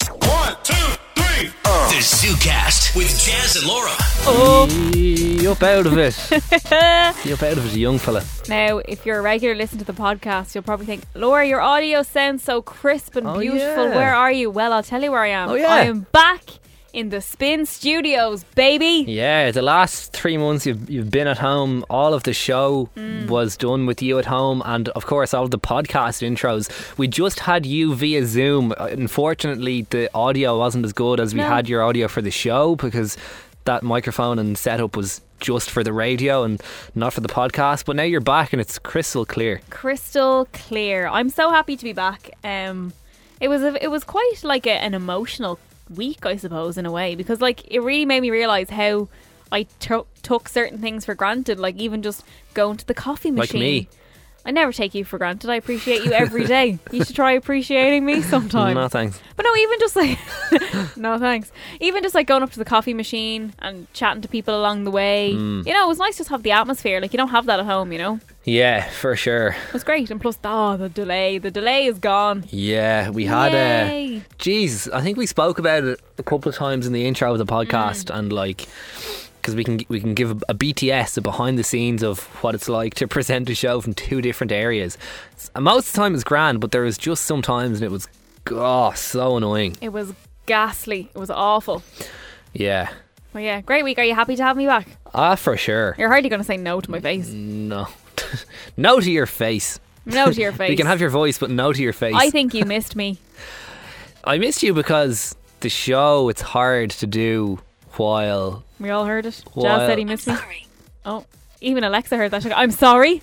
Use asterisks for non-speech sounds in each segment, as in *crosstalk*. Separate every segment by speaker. Speaker 1: is Uh. ZooCast with Jazz and Laura.
Speaker 2: You're out
Speaker 3: *laughs*
Speaker 2: of it. You're out of it, you young fella.
Speaker 3: Now, if you're a regular listener to the podcast, you'll probably think, Laura, your audio sounds so crisp and
Speaker 2: Oh,
Speaker 3: beautiful.
Speaker 2: yeah.
Speaker 3: Where are you? Well, I'll tell you where I am.
Speaker 2: Oh, yeah.
Speaker 3: I am back in the Spin Studios, baby.
Speaker 2: Yeah, the last three months you've, you've been at home, all of the show
Speaker 3: Mm.
Speaker 2: was done with you at home, and of course, all of the podcast intros. We just had you via Zoom. Uh, Unfortunately, the audio wasn't as good as we
Speaker 3: No.
Speaker 2: had your audio for the show because that microphone and setup was just for the radio and not for the podcast. But now you're back and it's crystal clear.
Speaker 3: Crystal clear. I'm so happy to be back. Um, it was a, it was quite like a, an emotional week, I suppose, in a way, because like it really made me realize how I to- took certain things for granted, like even just going to the coffee
Speaker 2: Like
Speaker 3: machine.
Speaker 2: me.
Speaker 3: I never take you for granted. I appreciate you every day. you should try appreciating
Speaker 2: *laughs*
Speaker 3: me sometimes.
Speaker 2: No thanks.
Speaker 3: But no, even just like, *laughs* no thanks. Even just like going up to the coffee machine and chatting to people along the way.
Speaker 2: Mm.
Speaker 3: You know, it was nice just to have the atmosphere. Like you don't have that at home. You know,
Speaker 2: Yeah, for sure.
Speaker 3: it was great. And plus, oh, the delay. The delay is gone.
Speaker 2: Yeah, we had a.
Speaker 3: Yay.
Speaker 2: Uh, Jeez, I think we spoke about it a couple of times in the intro of the podcast,
Speaker 3: Mm.
Speaker 2: and like, because we can we can give a BTS a behind the scenes of what it's like to *laughs* present a show from two different areas. S- And most of the time it's grand, but there was just some times and it was oh so annoying.
Speaker 3: It was ghastly. It was awful.
Speaker 2: Yeah,
Speaker 3: But yeah, great week. Are you happy to have me back?
Speaker 2: ah for sure.
Speaker 3: You're hardly going to say no to my face.
Speaker 2: No, *laughs* no to your face.
Speaker 3: No to your face.
Speaker 2: *laughs* We can have your voice, but no to your face.
Speaker 3: I think you missed me.
Speaker 2: I missed you because the show it's hard to do while
Speaker 3: We all heard it.
Speaker 2: Well-
Speaker 3: Jazz said he missed me. Oh, even Alexa heard that. She go, I'm
Speaker 2: *laughs*
Speaker 3: sorry.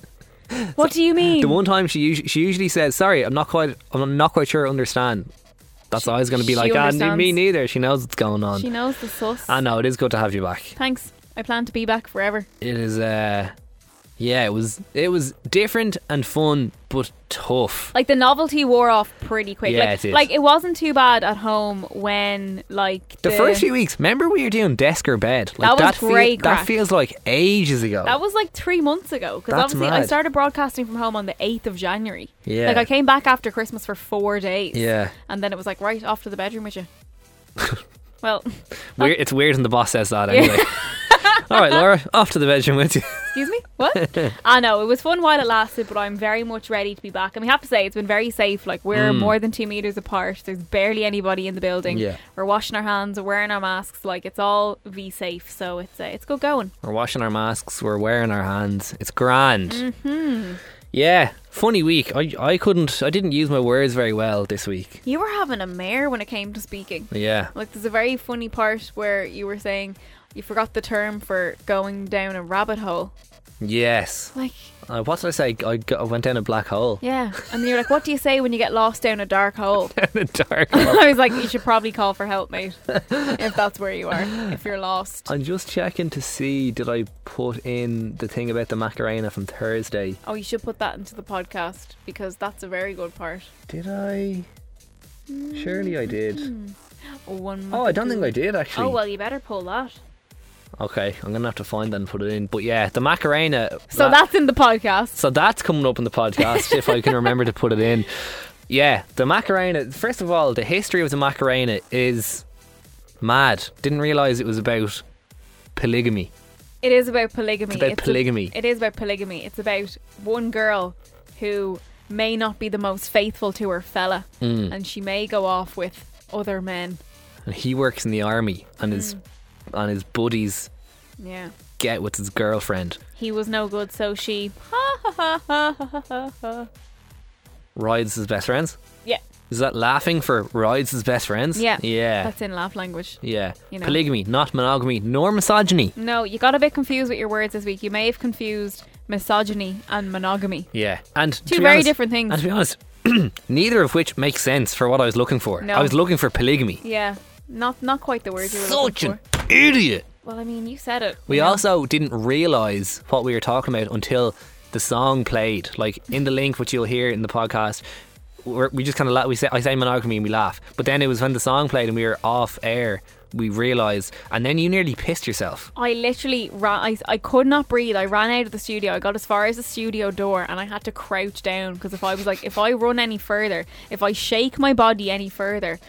Speaker 3: What do you mean?
Speaker 2: The one time she usually, she usually says, "Sorry, I'm not quite I'm not quite sure I understand." That's always going to be
Speaker 3: she
Speaker 2: like, "Ah, n- me
Speaker 3: understands."
Speaker 2: neither." She knows what's going on.
Speaker 3: She knows the sus.
Speaker 2: I know it is good to have you back.
Speaker 3: Thanks. I plan to be back forever.
Speaker 2: It is, uh, yeah, it was it was different and fun, but tough.
Speaker 3: Like the novelty wore off pretty quick.
Speaker 2: Yeah,
Speaker 3: like,
Speaker 2: it did.
Speaker 3: like it wasn't too bad at home when like
Speaker 2: The first few weeks, remember we were doing desk or bed. Like
Speaker 3: was
Speaker 2: feel-
Speaker 3: great
Speaker 2: that
Speaker 3: crack.
Speaker 2: feels like ages ago.
Speaker 3: that was like three months ago because
Speaker 2: That's
Speaker 3: obviously I
Speaker 2: mad.
Speaker 3: started broadcasting from home on the eighth of January.
Speaker 2: Yeah.
Speaker 3: Like I came back after Christmas for four days.
Speaker 2: Yeah.
Speaker 3: And then it was like right off to the bedroom with
Speaker 2: *laughs*
Speaker 3: you. well,
Speaker 2: Weird, it's weird when the boss says that.
Speaker 3: *laughs*
Speaker 2: Anyway. All right, Laura, off to the bedroom with you.
Speaker 3: excuse me.
Speaker 2: *laughs*
Speaker 3: What? I know it was fun while it lasted, but I'm very much ready to be back. And we have to say it's been very safe. Like we're more than two meters apart. There's barely anybody in the building.
Speaker 2: Mm. Yeah.
Speaker 3: We're washing our hands. We're wearing our masks. Like it's all v safe. So it's uh, it's good going.
Speaker 2: We're washing our masks. We're wearing our hands. It's grand. Mm-hmm. Yeah. Funny week. I, I couldn't. I didn't use my words very well this week.
Speaker 3: You were having a mare when it came to speaking.
Speaker 2: Yeah.
Speaker 3: Like there's a very funny part where you were saying you forgot the term for going down a rabbit hole.
Speaker 2: Yes.
Speaker 3: Like
Speaker 2: Uh, what did I say? I, got, I went down a black hole.
Speaker 3: yeah, and then you're like, what do you say when you get lost down a dark hole?
Speaker 2: *laughs* In the dark.
Speaker 3: I was like, you should probably call for help, mate, if that's where you are, if you're lost.
Speaker 2: I'm just checking to see did I put in the thing about the Macarena from Thursday.
Speaker 3: Oh, you should put that into the podcast because that's a very good part.
Speaker 2: Did I? Surely I did.
Speaker 3: One.
Speaker 2: Oh, I don't think I did actually.
Speaker 3: Mm-hmm. Oh well, you better pull that.
Speaker 2: Okay, I'm gonna have to find that and put it in. But yeah, the Macarena.
Speaker 3: So
Speaker 2: that-
Speaker 3: that's in the podcast.
Speaker 2: So that's coming up in the podcast if I can remember to put it in. Yeah, the Macarena. First of all, the history of the Macarena is mad. Didn't realize it was about polygamy.
Speaker 3: It is about polygamy.
Speaker 2: It's about
Speaker 3: a-
Speaker 2: polygamy.
Speaker 3: it is about polygamy. It's about one girl who may not be the most faithful to her fella,
Speaker 2: Hmm.
Speaker 3: and she may go off with other men.
Speaker 2: And he works in the army, and his
Speaker 3: Mm.
Speaker 2: and his buddies
Speaker 3: Yeah.
Speaker 2: get with his girlfriend,
Speaker 3: He was no good, so she. Ha ha ha ha ha ha ha.
Speaker 2: rides his best friends.
Speaker 3: Yeah.
Speaker 2: Is that laughing for rides his best friends?
Speaker 3: Yeah.
Speaker 2: yeah,
Speaker 3: That's in laugh language.
Speaker 2: yeah.
Speaker 3: you know.
Speaker 2: Polygamy, not monogamy, nor misogyny.
Speaker 3: No, you got a bit confused with your words this week. You may have confused misogyny and monogamy.
Speaker 2: Yeah, and
Speaker 3: Two
Speaker 2: to be
Speaker 3: very
Speaker 2: honest-
Speaker 3: different things.
Speaker 2: And to be honest, *clears throat* neither of which makes sense for what I was looking for.
Speaker 3: No.
Speaker 2: I was looking for polygamy.
Speaker 3: Yeah, not not quite the words you were
Speaker 2: Such
Speaker 3: looking
Speaker 2: an
Speaker 3: for.
Speaker 2: idiot.
Speaker 3: Well, I mean, you said it.
Speaker 2: We
Speaker 3: you know.
Speaker 2: also didn't realise what we were talking about until the song played. Like in the link, which you'll hear in the podcast, we're, we just kind of la- we say I say monogamy and we laugh. But then it was when the song played and we were off air. We realised, and then you nearly pissed yourself.
Speaker 3: I literally ran. I, I could not breathe. I ran out of the studio. I got as far as the studio door, and I had to crouch down because if I was like, if I run any further, if I shake my body any further,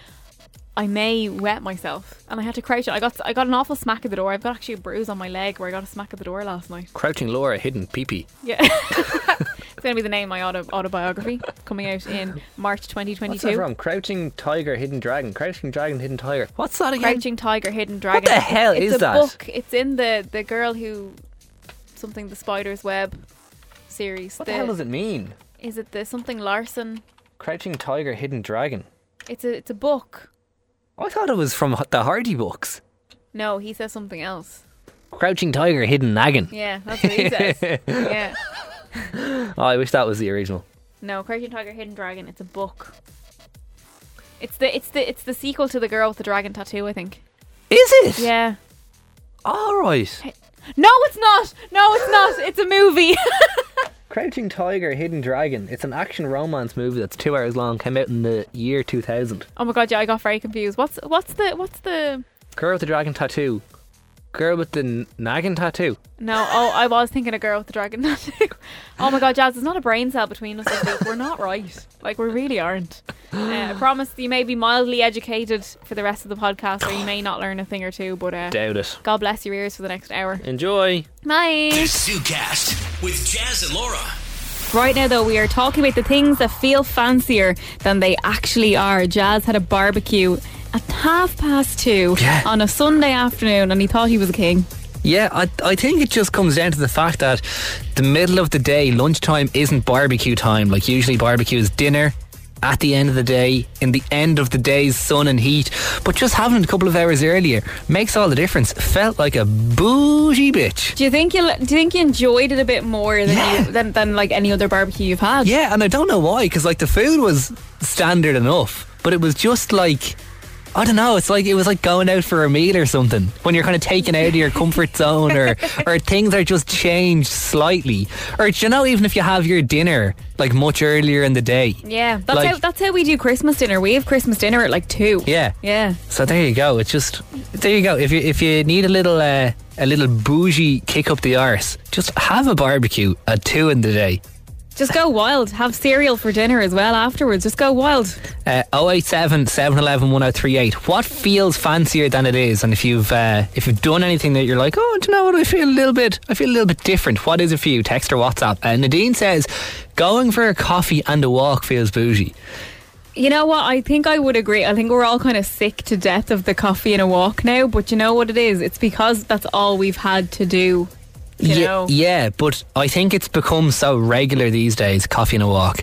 Speaker 3: I may wet myself, and I had to crouch. I got I got an awful smack at the door. I've got actually a bruise on my leg where I got a smack at the door last night. *laughs*
Speaker 2: Crouching Laura, hidden peepee.
Speaker 3: Yeah, *laughs* it's going to be the name of my auto, autobiography coming out in March
Speaker 2: What's that
Speaker 3: 2022.
Speaker 2: from? Crouching Tiger, Hidden Dragon. Crouching Dragon, Hidden Tiger. What's that again?
Speaker 3: Crouching Tiger, Hidden Dragon.
Speaker 2: the hell
Speaker 3: it's
Speaker 2: is
Speaker 3: a
Speaker 2: that?
Speaker 3: Book. It's in the the girl who something the spider's web series.
Speaker 2: what the hell does it mean?
Speaker 3: Is it the something Larson?
Speaker 2: Crouching Tiger, Hidden Dragon.
Speaker 3: It's a it's a book.
Speaker 2: I thought it was from H- the Hardy books.
Speaker 3: No, he says something else.
Speaker 2: Crouching Tiger, Hidden Naggin.
Speaker 3: Yeah, that's what he
Speaker 2: *laughs*
Speaker 3: says. Yeah.
Speaker 2: Oh, I wish that was the original.
Speaker 3: No, Crouching Tiger, Hidden Dragon. It's a book. It's the it's the it's the sequel to the girl with the dragon tattoo. I think.
Speaker 2: Is it?
Speaker 3: Yeah.
Speaker 2: All right.
Speaker 3: No, it's not. No, it's not. It's a movie. *laughs*
Speaker 2: Crouching Tiger, Hidden Dragon. It's an action romance movie that's two hours long. Came out in the year 2000.
Speaker 3: oh my god, yeah, I got very confused. What's what's the what's the
Speaker 2: Girl with the Dragon Tattoo. Girl with the n- Naggin Tattoo.
Speaker 3: no? Oh, I was thinking a girl with the dragon *laughs* tattoo. oh my god, Jazz, there's not a brain cell between us. this week. We're not right. Like we really aren't. Uh, I promise you may be mildly educated for the rest of the podcast, or you may not learn a thing or two. But uh,
Speaker 2: Doubt it.
Speaker 3: God bless your ears for the next hour.
Speaker 2: Enjoy.
Speaker 3: Nice.
Speaker 1: ZooCast with Jazz and Laura.
Speaker 3: Right now, though, we are talking about the things that feel fancier than they actually are. Jazz had a barbecue at half past two
Speaker 2: Yeah.
Speaker 3: on a Sunday afternoon, and he thought he was a king.
Speaker 2: Yeah, I, I think it just comes down to the fact that the middle of the day, lunchtime isn't barbecue time. Like, usually, barbecue is dinner at the end of the day, in the end of the day's sun and heat. But just having it a couple of hours earlier makes all the difference. Felt like a bougie bitch.
Speaker 3: Do you think you do you think you enjoyed it a bit more than you, than, than like any other barbecue you've had?
Speaker 2: Yeah, and I don't know why, because, like, the food was standard enough, but it was just like. I don't know. It's like it was like going out for a meal or something when you're kind of taken out of your comfort zone, or or things are just changed slightly. Or do you know, even if you have your dinner like much earlier in the day,
Speaker 3: yeah. That's
Speaker 2: Like-
Speaker 3: how that's how we do Christmas dinner. We have Christmas dinner at like two.
Speaker 2: yeah.
Speaker 3: yeah.
Speaker 2: So there you go. It's just there you go. If you if you need a little uh, a little bougie kick up the arse, just have a barbecue at two in the day.
Speaker 3: Just go wild. Have cereal for dinner as well afterwards. Just go wild.
Speaker 2: Uh, 087 711 1038. What feels fancier than it is? And if you've uh, if you've done anything that you're like, oh, do you know what? I feel a little bit. I feel a little bit different. What is it for you? Text or WhatsApp. Uh, Nadine says, going for a coffee and a walk feels bougie.
Speaker 3: You know what? I think I would agree. I think we're all kind of sick to death of the coffee and a walk now, but you know what it is? It's because that's all we've had to do. You
Speaker 2: Ye-
Speaker 3: know?
Speaker 2: yeah, but I think it's become so regular these days. Coffee and a walk.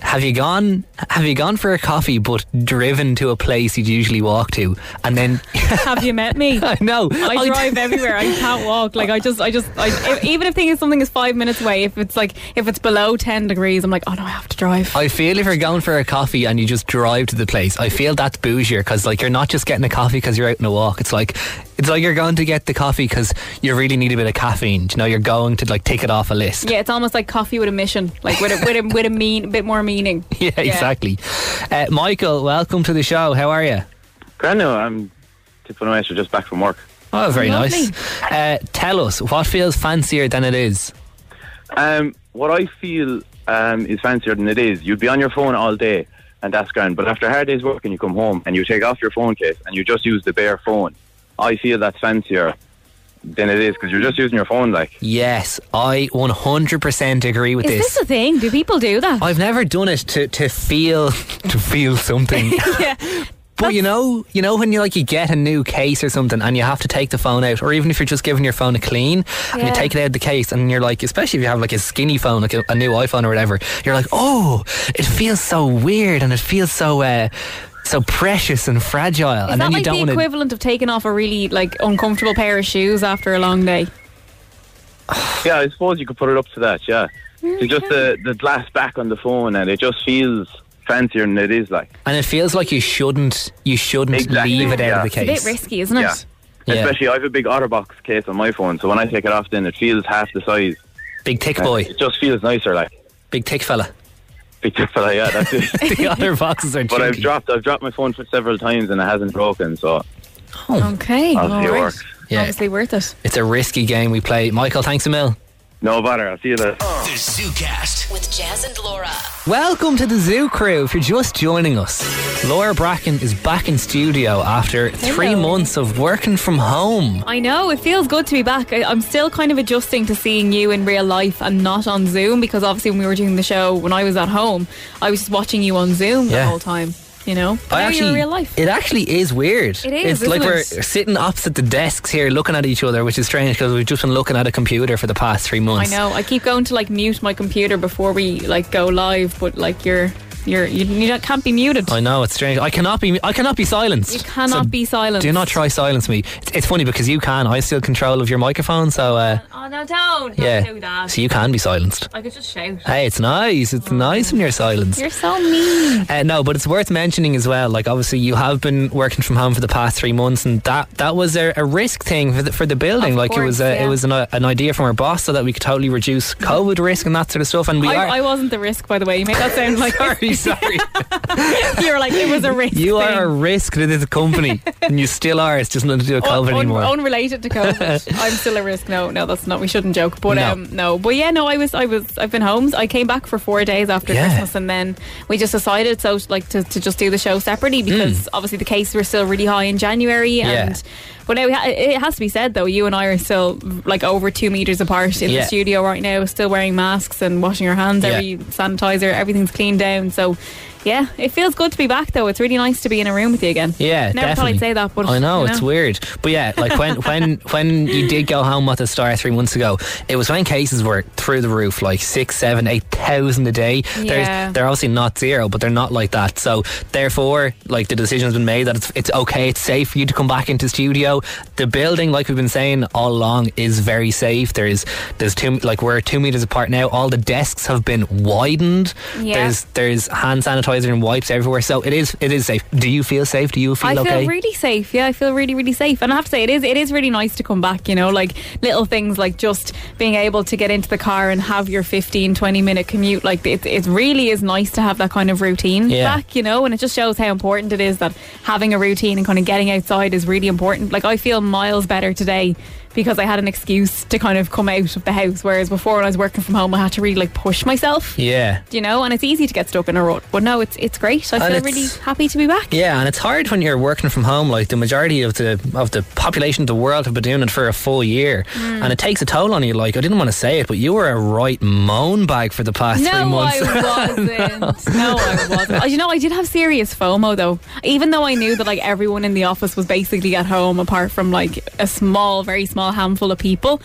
Speaker 2: Have you gone? Have you gone for a coffee, but driven to a place you'd usually walk to, and then
Speaker 3: *laughs*
Speaker 2: *laughs*
Speaker 3: Have you met me?
Speaker 2: I know
Speaker 3: I
Speaker 2: d-
Speaker 3: drive everywhere. I
Speaker 2: *laughs*
Speaker 3: can't walk. Like I just, I just, I, if, even if thing is something is five minutes away, if it's like if it's below ten degrees, I'm like, oh no, I have to drive.
Speaker 2: I feel if you're going for a coffee and you just drive to the place, I feel that's bougier because like you're not just getting a coffee because you're out on a walk. It's like it's like you're going to get the coffee because you really need a bit of caffeine. Do You know, you're going to like take it off a list.
Speaker 3: yeah, it's almost like coffee with a mission, like with a with a, with a mean bit more meaning.
Speaker 2: *laughs* *laughs* Yeah, exactly. Uh, Michael, welcome to the show. How are you?
Speaker 4: Grano, I'm tipping away, so just back from work.
Speaker 2: Oh, very
Speaker 3: Lovely.
Speaker 2: nice. Uh, tell us what feels fancier than it is.
Speaker 4: Um, what I feel um, is fancier than it is. You'd be on your phone all day, and that's grand. But after a hard day's work, and you come home and you take off your phone case and you just use the bare phone, I feel that's fancier than it is because you're just using your phone.
Speaker 2: *laughs*
Speaker 4: Like,
Speaker 2: Yes, I 100% agree with
Speaker 3: Is this, a thing? Do people do that? *laughs*
Speaker 2: I've never done it to, to feel *laughs* to feel something. But you know, you know when you like you get a new case or something, and you have to take the phone out, or even if you're just giving your phone a clean, and
Speaker 3: Yeah.
Speaker 2: you take it out of the case, and you're like, especially if you have like a skinny phone, like a, a new iPhone or whatever, you're like, oh, it feels so weird, and it feels so uh, so precious and fragile,
Speaker 3: Is
Speaker 2: and
Speaker 3: that
Speaker 2: then you
Speaker 3: like
Speaker 2: don't
Speaker 3: the
Speaker 2: want to.
Speaker 3: equivalent of taking off a really like uncomfortable pair of shoes after a long day?
Speaker 4: yeah, I suppose you could put it up to that. Yeah, it's just uh, the the glass back on the phone, and it just feels fancier than it is. Like,
Speaker 2: And it feels like you shouldn't you shouldn't
Speaker 4: Exactly,
Speaker 2: leave it
Speaker 4: yeah.
Speaker 2: out of the
Speaker 3: It's
Speaker 4: It's
Speaker 3: a
Speaker 2: case.
Speaker 3: bit risky, isn't it?
Speaker 4: yeah.
Speaker 2: Yeah.
Speaker 4: Especially, I have a big OtterBox case on my phone, so when I take it off, then it feels half the size.
Speaker 2: Big tick boy,
Speaker 4: It just feels nicer, like.
Speaker 2: big
Speaker 3: *laughs*
Speaker 2: tick fella.
Speaker 4: Because, yeah, that's it.
Speaker 2: The other boxes are.
Speaker 4: But I've
Speaker 2: chunky.
Speaker 4: dropped I've dropped my phone for several times and it hasn't broken, so
Speaker 3: Okay.
Speaker 4: I'll see
Speaker 3: all
Speaker 4: it
Speaker 3: right.
Speaker 4: works.
Speaker 2: Yeah.
Speaker 3: Obviously worth it.
Speaker 2: It's a risky game we play. Michael, thanks a mil.
Speaker 5: Uh.
Speaker 4: No bother, I'll see you later.
Speaker 5: *laughs*
Speaker 1: The ZooCast
Speaker 6: with Jazz and Laura.
Speaker 2: Welcome to the Zoo Crew. If you're just joining us, Laura Bracken is back in studio after three
Speaker 3: Hello.
Speaker 2: months of working from home.
Speaker 3: I know it feels good to be back. I, I'm still kind of adjusting to seeing you in real life and not on Zoom because obviously when we were doing the show when I was at home, I was just watching you on Zoom the
Speaker 2: Yeah.
Speaker 3: whole time. You know, but
Speaker 2: I
Speaker 3: now
Speaker 2: actually,
Speaker 3: you're in real life.
Speaker 2: it actually is weird.
Speaker 3: It is,
Speaker 2: It's
Speaker 3: isn't
Speaker 2: like we're
Speaker 3: it?
Speaker 2: sitting opposite the desks here, looking at each other, which is strange because we've just been looking at a computer for the past three
Speaker 3: I
Speaker 2: months.
Speaker 3: know. I keep going to like mute my computer before we like go live, but like you're you're you, you don't- can't be muted.
Speaker 2: I know it's strange. I cannot be. I cannot be silenced.
Speaker 3: you cannot
Speaker 2: So
Speaker 3: be silent.
Speaker 2: Do not try silence me. It's, it's funny because you can. I still control of your microphone, so uh,
Speaker 3: Oh no, don't. Don't
Speaker 2: yeah. uh,
Speaker 3: do that.
Speaker 2: So you can be silenced.
Speaker 3: I could just shout.
Speaker 2: Hey, it's nice. It's nice when you're silenced.
Speaker 3: You're so mean.
Speaker 2: Uh, no, but it's worth mentioning as well. Like, obviously, you have been working from home for the past three months, and that that was a, a risk thing for the, for the building.
Speaker 3: Of
Speaker 2: like, it was
Speaker 3: course,
Speaker 2: a,
Speaker 3: yeah.
Speaker 2: it was an, uh, an idea from our boss so that we could totally reduce COVID risk and that sort of stuff. And we are. *laughs*
Speaker 3: I, I wasn't the risk, by the way. You made that sound like
Speaker 2: sorry, sorry.
Speaker 3: *laughs* you were like it was a risk.
Speaker 2: you
Speaker 3: thing.
Speaker 2: are a risk to this
Speaker 3: *laughs*
Speaker 2: company, and you still are. It's just nothing to do with COVID
Speaker 3: Un-
Speaker 2: anymore.
Speaker 3: Unrelated to
Speaker 2: *laughs*
Speaker 3: COVID, I'm still at risk. No, no, that's not. We shouldn't joke. But
Speaker 2: No.
Speaker 3: um, no, but yeah, no. I was, I was, I've been home. I came back for four days after
Speaker 2: Yeah.
Speaker 3: Christmas, and then we just decided so like to, to just do the show separately because obviously the cases were still really high in January,
Speaker 2: Mm. Yeah.
Speaker 3: and but now we ha- it has to be said though, you and I are still like over two meters apart in
Speaker 2: Yeah.
Speaker 3: the studio right now, still wearing masks and washing our hands.
Speaker 2: Yeah.
Speaker 3: Every sanitizer, everything's cleaned down. So. Yeah, it feels good to be back though. It's really nice to be in a room with you again.
Speaker 2: Yeah,
Speaker 3: never
Speaker 2: definitely.
Speaker 3: thought I'd say that, but
Speaker 2: I know,
Speaker 3: you
Speaker 2: it's weird. But yeah,
Speaker 3: *laughs*
Speaker 2: like when when when you did go home at the start three months ago, it was when cases were through the roof, like six, seven, eight thousand a day.
Speaker 3: Yeah.
Speaker 2: They're they're obviously not zero, but they're not like that. So therefore, like the decision's been made that it's it's okay, it's safe for you to come back into studio. The building, like we've been saying all along, is very safe. There's there's two like we're two meters apart now. All the desks have been widened.
Speaker 3: Yeah.
Speaker 2: There's there's hand sanitizer and wipes everywhere. So it is it is safe. Do you feel safe? Do you feel
Speaker 3: I feel
Speaker 2: okay?
Speaker 3: really safe. Yeah, I feel really, really safe. And I have to say, it is it is really nice to come back. You know, like little things like just being able to get into the car and have your 15, 20 minute commute. Like it, it really is nice to have that kind of routine
Speaker 2: Yeah.
Speaker 3: back. You know, and it just shows how important it is that having a routine and kind of getting outside is really important. Like I feel miles better today. Because I had an excuse to kind of come out of the house, whereas before when I was working from home, I had to really like push myself,
Speaker 2: Yeah.
Speaker 3: you know. And it's easy to get stuck in a rut, but no, it's it's great. I
Speaker 2: And
Speaker 3: feel
Speaker 2: it's-
Speaker 3: really happy to be back.
Speaker 2: Yeah, and it's hard when you're working from home. Like the majority of the of the population of the world have been doing it for a full year,
Speaker 3: Mm.
Speaker 2: and it takes a toll on you. Like I didn't want to say it, but you were a right moan bag for the past three
Speaker 3: No,
Speaker 2: months.
Speaker 3: I wasn't. no, I
Speaker 2: *laughs*
Speaker 3: wasn't. Oh, You know, I did have serious FOMO though. Even though I knew that like everyone in the office was basically at home, apart from like a small, very small handful of people.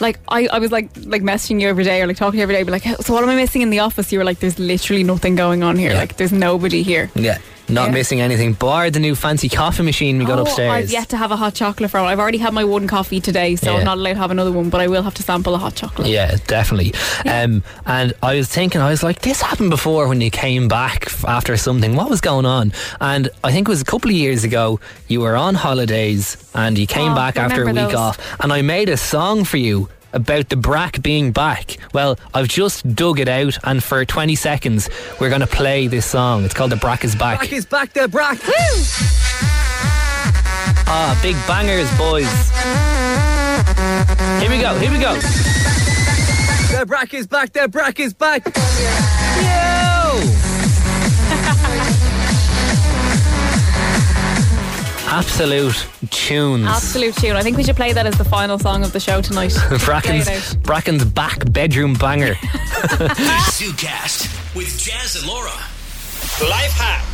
Speaker 3: Like I, I was like like messaging you every day or like talking to you every day, but like, so what am I missing in the office? You were like, there's literally nothing going on here.
Speaker 2: Yeah.
Speaker 3: Like there's nobody here.
Speaker 2: *laughs* yeah, not
Speaker 3: Yeah.
Speaker 2: missing anything. Bar the new fancy coffee machine we got
Speaker 3: Oh,
Speaker 2: upstairs.
Speaker 3: I've yet to have a hot chocolate from. I've already had my one coffee today, so
Speaker 2: Yeah.
Speaker 3: I'm not allowed to have another one. But I will have to sample a hot chocolate.
Speaker 2: Yeah, definitely. Um, and I was thinking, I was like, this happened before when you came back f- after something. What was going on? And I think it was a couple of years ago. You were on holidays and you came
Speaker 3: Oh,
Speaker 2: back after a week
Speaker 3: remember those.
Speaker 2: off, and I made a song for you. About the Brack being back. Well, I've just dug it out, and for 20 seconds, we're going to play this song. It's called The Brack is Back.
Speaker 7: Brack is back there, Brack.
Speaker 2: Ah, big bangers, boys. Here we go, here we go.
Speaker 7: The Brack is back there, Brack is back.
Speaker 2: Absolute tunes.
Speaker 3: Absolute tune. I think we should play that as the final song of the show
Speaker 2: *laughs*
Speaker 3: tonight. Play it out.
Speaker 2: Bracken's, Bracken's back bedroom banger.
Speaker 1: ZooCast with Jazz and Laura.
Speaker 5: Life hack.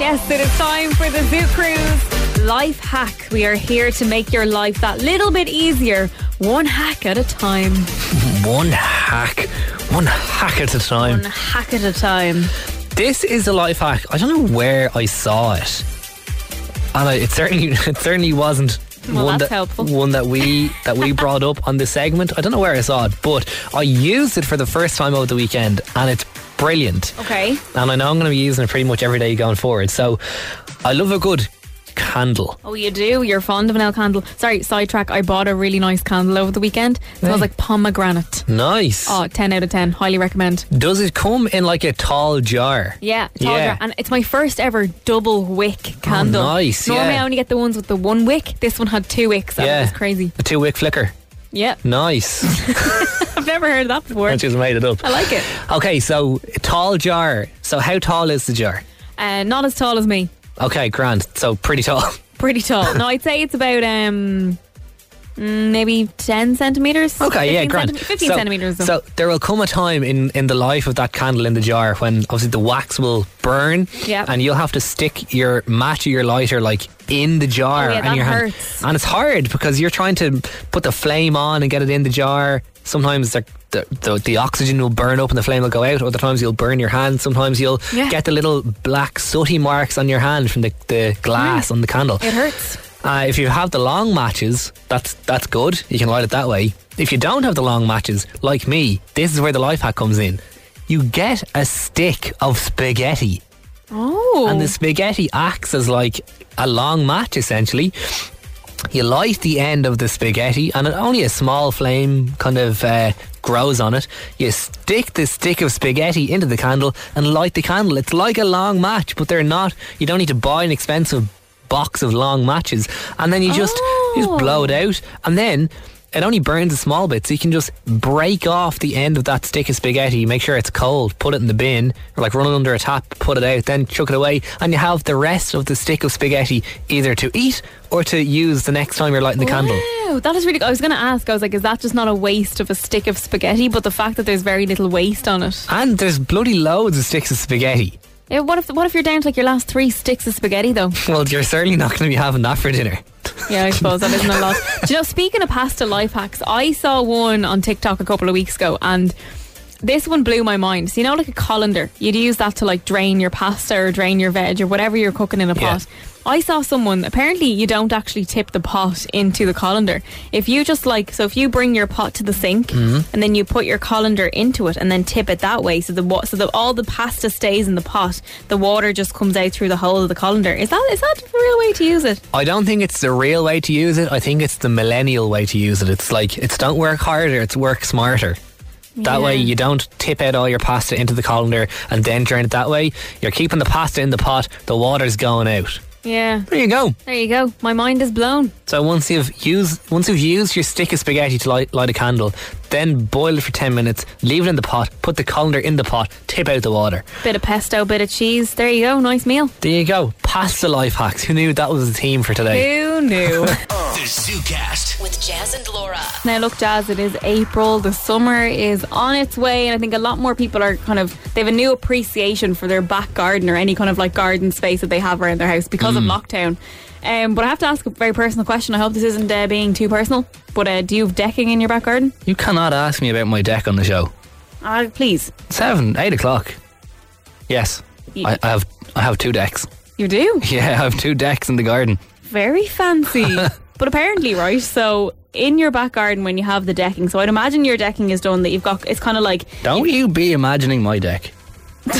Speaker 3: Yes, it is time for the Zoo Cruise Life Hack. We are here to make your life that little bit easier, one hack at a time.
Speaker 2: One hack. One hack at a time.
Speaker 3: One hack at a time.
Speaker 2: This is a life hack. I don't know where I saw it. And I, it certainly *laughs* it certainly wasn't
Speaker 3: Well,
Speaker 2: one
Speaker 3: that's
Speaker 2: that
Speaker 3: helpful.
Speaker 2: one
Speaker 3: *laughs*
Speaker 2: that we that we brought up on the segment. I don't know where I saw it, but I used it for the first time over the weekend and it's brilliant.
Speaker 3: Okay.
Speaker 2: And I know I'm going to be using it pretty much every day going forward. So I love a good candle.
Speaker 3: Oh, you do? You're fond of an L candle. Sorry, sidetrack. I bought a really nice candle over the weekend. It smells
Speaker 2: Hey.
Speaker 3: like pomegranate.
Speaker 2: Nice.
Speaker 3: Oh, 10 out of 10. Highly recommend.
Speaker 2: Does it come in like a tall jar?
Speaker 3: Yeah, tall
Speaker 2: Yeah. Oh,
Speaker 3: jar. And it's my first ever double wick candle.
Speaker 2: nice,
Speaker 3: Normally
Speaker 2: yeah.
Speaker 3: I only get the ones with the one wick. This one had two wicks. Yeah. It was crazy. *laughs*
Speaker 2: A two wick flicker.
Speaker 3: Yep.
Speaker 2: Nice.
Speaker 3: I've never heard of that before.
Speaker 2: I just made it up.
Speaker 3: I like it.
Speaker 2: Okay, so tall jar. So how tall is the jar?
Speaker 3: Uh, not as tall as me.
Speaker 2: Okay, grand. So pretty tall. *laughs*
Speaker 3: Pretty tall. no, I'd say it's about um mm, maybe ten centimeters.
Speaker 2: Okay, yeah,
Speaker 3: 15
Speaker 2: grand.
Speaker 3: centim- Fifteen
Speaker 2: so,
Speaker 3: centimeters. Though.
Speaker 2: So there will come a time in in the life of that candle in the jar when obviously the wax will burn,
Speaker 3: Yep.
Speaker 2: and you'll have to stick your match or your lighter like in the jar,
Speaker 3: Oh, yeah,
Speaker 2: and
Speaker 3: that
Speaker 2: your hand,
Speaker 3: hurts.
Speaker 2: and it's hard because you're trying to put the flame on and get it in the jar. Sometimes the the, the, the oxygen will burn up and the flame will go out. Other times you'll burn your hand. Sometimes you'll
Speaker 3: Yeah.
Speaker 2: get the little black sooty marks on your hand from the, the glass on the candle.
Speaker 3: it hurts.
Speaker 2: Uh, if you have the long matches, that's that's good. You can light it that way. If you don't have the long matches, like me, this is where the life hack comes in. You get a stick of spaghetti,
Speaker 3: Oh,
Speaker 2: and the spaghetti acts as like a long match essentially. You light the end of the spaghetti, and it- only a small flame kind of uh, grows on it. You stick the stick of spaghetti into the candle and light the candle. It's like a long match, but they're not. You don't need to buy an expensive box of long matches, and then you just you just blow it out, and then. It only burns a small bit, so you can just break off the end of that stick of spaghetti, make sure it's cold, put it in the bin, or like run it under a tap, put it out, then chuck it away, and you have the rest of the stick of spaghetti either to eat or to use the next time you're lighting the candle.
Speaker 3: Wow, that is really. I was going to ask. I was like, is that just not a waste of a stick of spaghetti? But the fact that there's very little waste on it.
Speaker 2: And there's bloody loads of sticks of spaghetti.
Speaker 3: Eh, What if What if you're down to like your last three sticks of spaghetti though?
Speaker 2: Well, you're certainly not going to be having that for dinner.
Speaker 3: Yeah, I suppose that isn't a lot. Do you know, speaking of pasta life hacks, I saw one on TikTok a couple of weeks ago and this one blew my mind. So, you know, like a colander, you'd use that to like drain your pasta or drain your veg or whatever you're cooking in a
Speaker 2: Yeah.
Speaker 3: pot. I saw someone, apparently, you don't actually tip the pot into the colander. If you just like, so if you bring your pot to the sink and then you put your colander into it and then tip it that way, so the wa- so that all the pasta stays in the pot, the water just comes out through the hole of the colander. Is that is that the real way to use it?
Speaker 2: I don't think it's the real way to use it. I think it's the millennial way to use it. It's like it's don't work harder, it's work smarter. That way
Speaker 3: Yeah.
Speaker 2: you don't tip out all your pasta into the colander and then drain it that way. You're keeping the pasta in the pot, the water's going out.
Speaker 3: Yeah.
Speaker 2: There you go.
Speaker 3: There you go. My mind is blown.
Speaker 2: So once you've used once you've used your stick of spaghetti to light, light a candle, then boil it for 10 minutes, leave it in the pot, put the colander in the pot, tip out the water.
Speaker 3: Bit of pesto, bit of cheese. There you go. Nice meal.
Speaker 2: There you go. Pasta life hacks. Who knew that was the theme for today?
Speaker 3: Who knew?
Speaker 5: Uh.
Speaker 6: The ZooCast.
Speaker 8: With Jazz and Laura.
Speaker 3: *laughs* now, look, Jazz, it is April. The summer is on its way. And I think a lot more people are kind of, they have a new appreciation for their back garden or any kind of like garden space that they have around their house because of lockdown. Um, but I have to ask a very personal question. I hope this isn't uh, being too personal. But uh, do you have decking in your back garden?
Speaker 2: You cannot ask me about my deck on the show.
Speaker 3: Uh, please.
Speaker 2: Seven, eight o'clock. Yes,
Speaker 3: You,
Speaker 2: I, I have. I have two decks. *laughs*
Speaker 3: you do? *laughs*
Speaker 2: Yeah, I have two decks in the garden.
Speaker 3: very fancy. but apparently, right? So in your back garden when you have the decking, so I'd imagine your decking is done that you've got it's kind of like
Speaker 2: Don't you be imagining my deck. *laughs*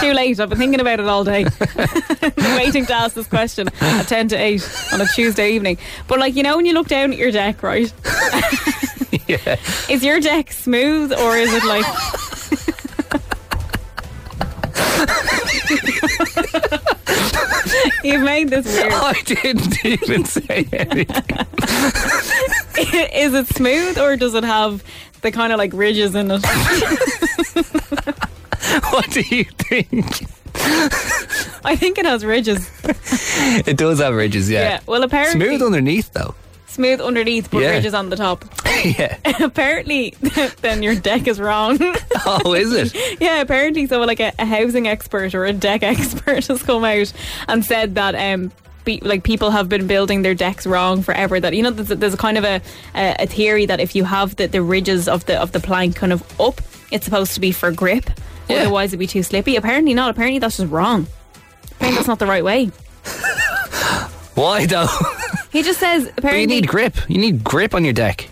Speaker 3: too late. I've been thinking about it all day. *laughs* Waiting to ask this question at 10 to 8 on a Tuesday evening. But like you know when you look down at your deck, right?
Speaker 2: Yeah.
Speaker 3: Is your deck smooth or is it like *laughs* You've made this weird.
Speaker 2: I didn't even *laughs* say anything.
Speaker 3: *laughs* is it smooth or does it have the kind of like ridges in it?
Speaker 2: What do you think?
Speaker 3: I think it has ridges.
Speaker 2: It does have ridges,
Speaker 3: Yeah.
Speaker 2: yeah.
Speaker 3: Well, apparently
Speaker 2: Smooth underneath, though. *laughs*
Speaker 3: smooth underneath, but
Speaker 2: Yeah.
Speaker 3: ridges on the top. *laughs*
Speaker 2: yeah.
Speaker 3: apparently, *laughs* then your deck is wrong. *laughs*
Speaker 2: Oh, is it?
Speaker 3: yeah. Apparently, so like a, a housing expert or a deck *laughs* expert has come out and said that um. Be, like people have been building their decks wrong forever. That you know, there's, there's a kind of a, a a theory that if you have the, the ridges of the of the plank kind of up, it's supposed to be for grip.
Speaker 2: Yeah.
Speaker 3: Otherwise, it'd be too slippy. Apparently not. Apparently that's just wrong. Apparently that's not the right way.
Speaker 2: Why though? *laughs*
Speaker 3: He just says apparently
Speaker 2: you need grip. You need grip on your deck.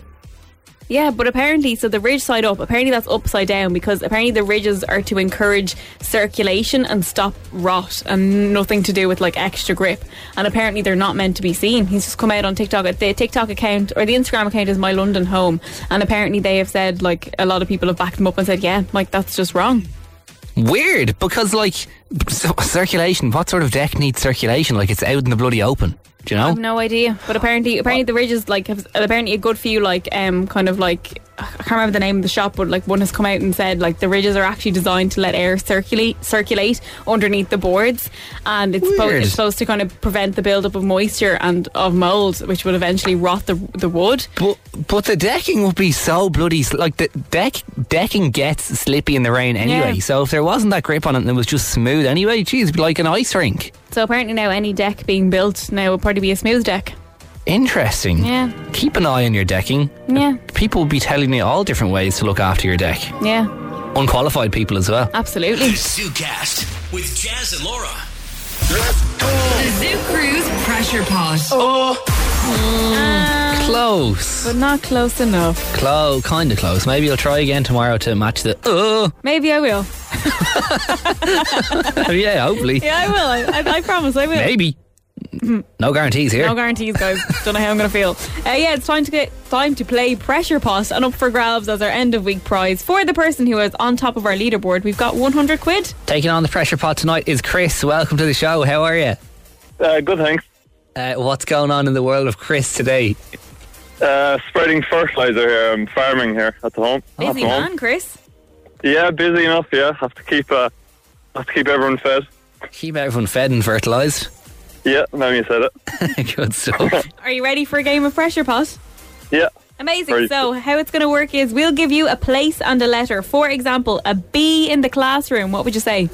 Speaker 3: Yeah, but apparently, so the ridge side up, apparently that's upside down because apparently the ridges are to encourage circulation and stop rot and nothing to do with like extra grip. And apparently they're not meant to be seen. He's just come out on TikTok. The TikTok account or the Instagram account is My London Home. And apparently they have said, like, a lot of people have backed him up and said, yeah, like, that's just wrong.
Speaker 2: Weird, because like so, circulation. What sort of deck needs circulation? Like it's out in the bloody open. Do you
Speaker 3: I
Speaker 2: know?
Speaker 3: have no idea, but apparently, apparently the ridges like have, apparently a good few like um kind of like I can't remember the name of the shop, but like one has come out and said like the ridges are actually designed to let air circulate circulate underneath the boards, and it's supposed
Speaker 2: Weird.
Speaker 3: it's supposed to kind of prevent the buildup of moisture and of mold, which will eventually rot the the wood.
Speaker 2: But but the decking would be so bloody sl- like the deck decking gets slippy in the rain anyway.
Speaker 3: Yeah.
Speaker 2: So if there wasn't that grip on it and it was just smooth anyway, geez, it'd be like an ice rink.
Speaker 3: So apparently now any deck being built now will probably be a smooth deck.
Speaker 2: Interesting.
Speaker 3: Yeah.
Speaker 2: Keep an eye on your decking. Uh,
Speaker 3: Yeah,
Speaker 2: People will be telling you all different ways to look after your deck.
Speaker 3: yeah,
Speaker 2: Unqualified people as well.
Speaker 6: The
Speaker 3: absolutely.
Speaker 6: ZooCast with Jazz and Laura.
Speaker 1: The Zoo Cruise Pressure Pot.
Speaker 2: Oh.
Speaker 3: Mm.
Speaker 2: Close.
Speaker 3: But not close enough.
Speaker 2: Close. Kind of close. Maybe you'll try again tomorrow to match the. Oh, *laughs*
Speaker 3: Maybe I will.
Speaker 2: yeah, hopefully.
Speaker 3: Yeah, Mm-hmm. I will. I, I, I promise I will. *laughs*
Speaker 2: Maybe. No guarantees here.
Speaker 3: No guarantees, guys. Don't know how I'm going to feel. Uh, yeah, it's time to get time to play pressure pot and up for grabs as our end of week prize for the person who is on top of our leaderboard. We've got 100 quid.
Speaker 2: Taking on the pressure pot tonight is Chris. Welcome to the show. How are you?
Speaker 9: Uh, good, thanks.
Speaker 2: Uh, what's going on in the world of Chris today?
Speaker 9: Uh, spreading fertilizer here. I'm farming here at the home. at the
Speaker 3: Busy
Speaker 9: home.
Speaker 3: man, Chris.
Speaker 9: Yeah, busy enough. Yeah, have to keep uh, have to keep everyone fed.
Speaker 2: Keep everyone fed and fertilised.
Speaker 9: Yeah, now you said it.
Speaker 2: *laughs* Good stuff.
Speaker 3: Are you ready for a game of pressure pot?
Speaker 9: Yeah.
Speaker 3: Amazing.
Speaker 9: Ready.
Speaker 3: So, how it's going to work is we'll give you a place and a letter. For example, a B in the classroom. What would you say?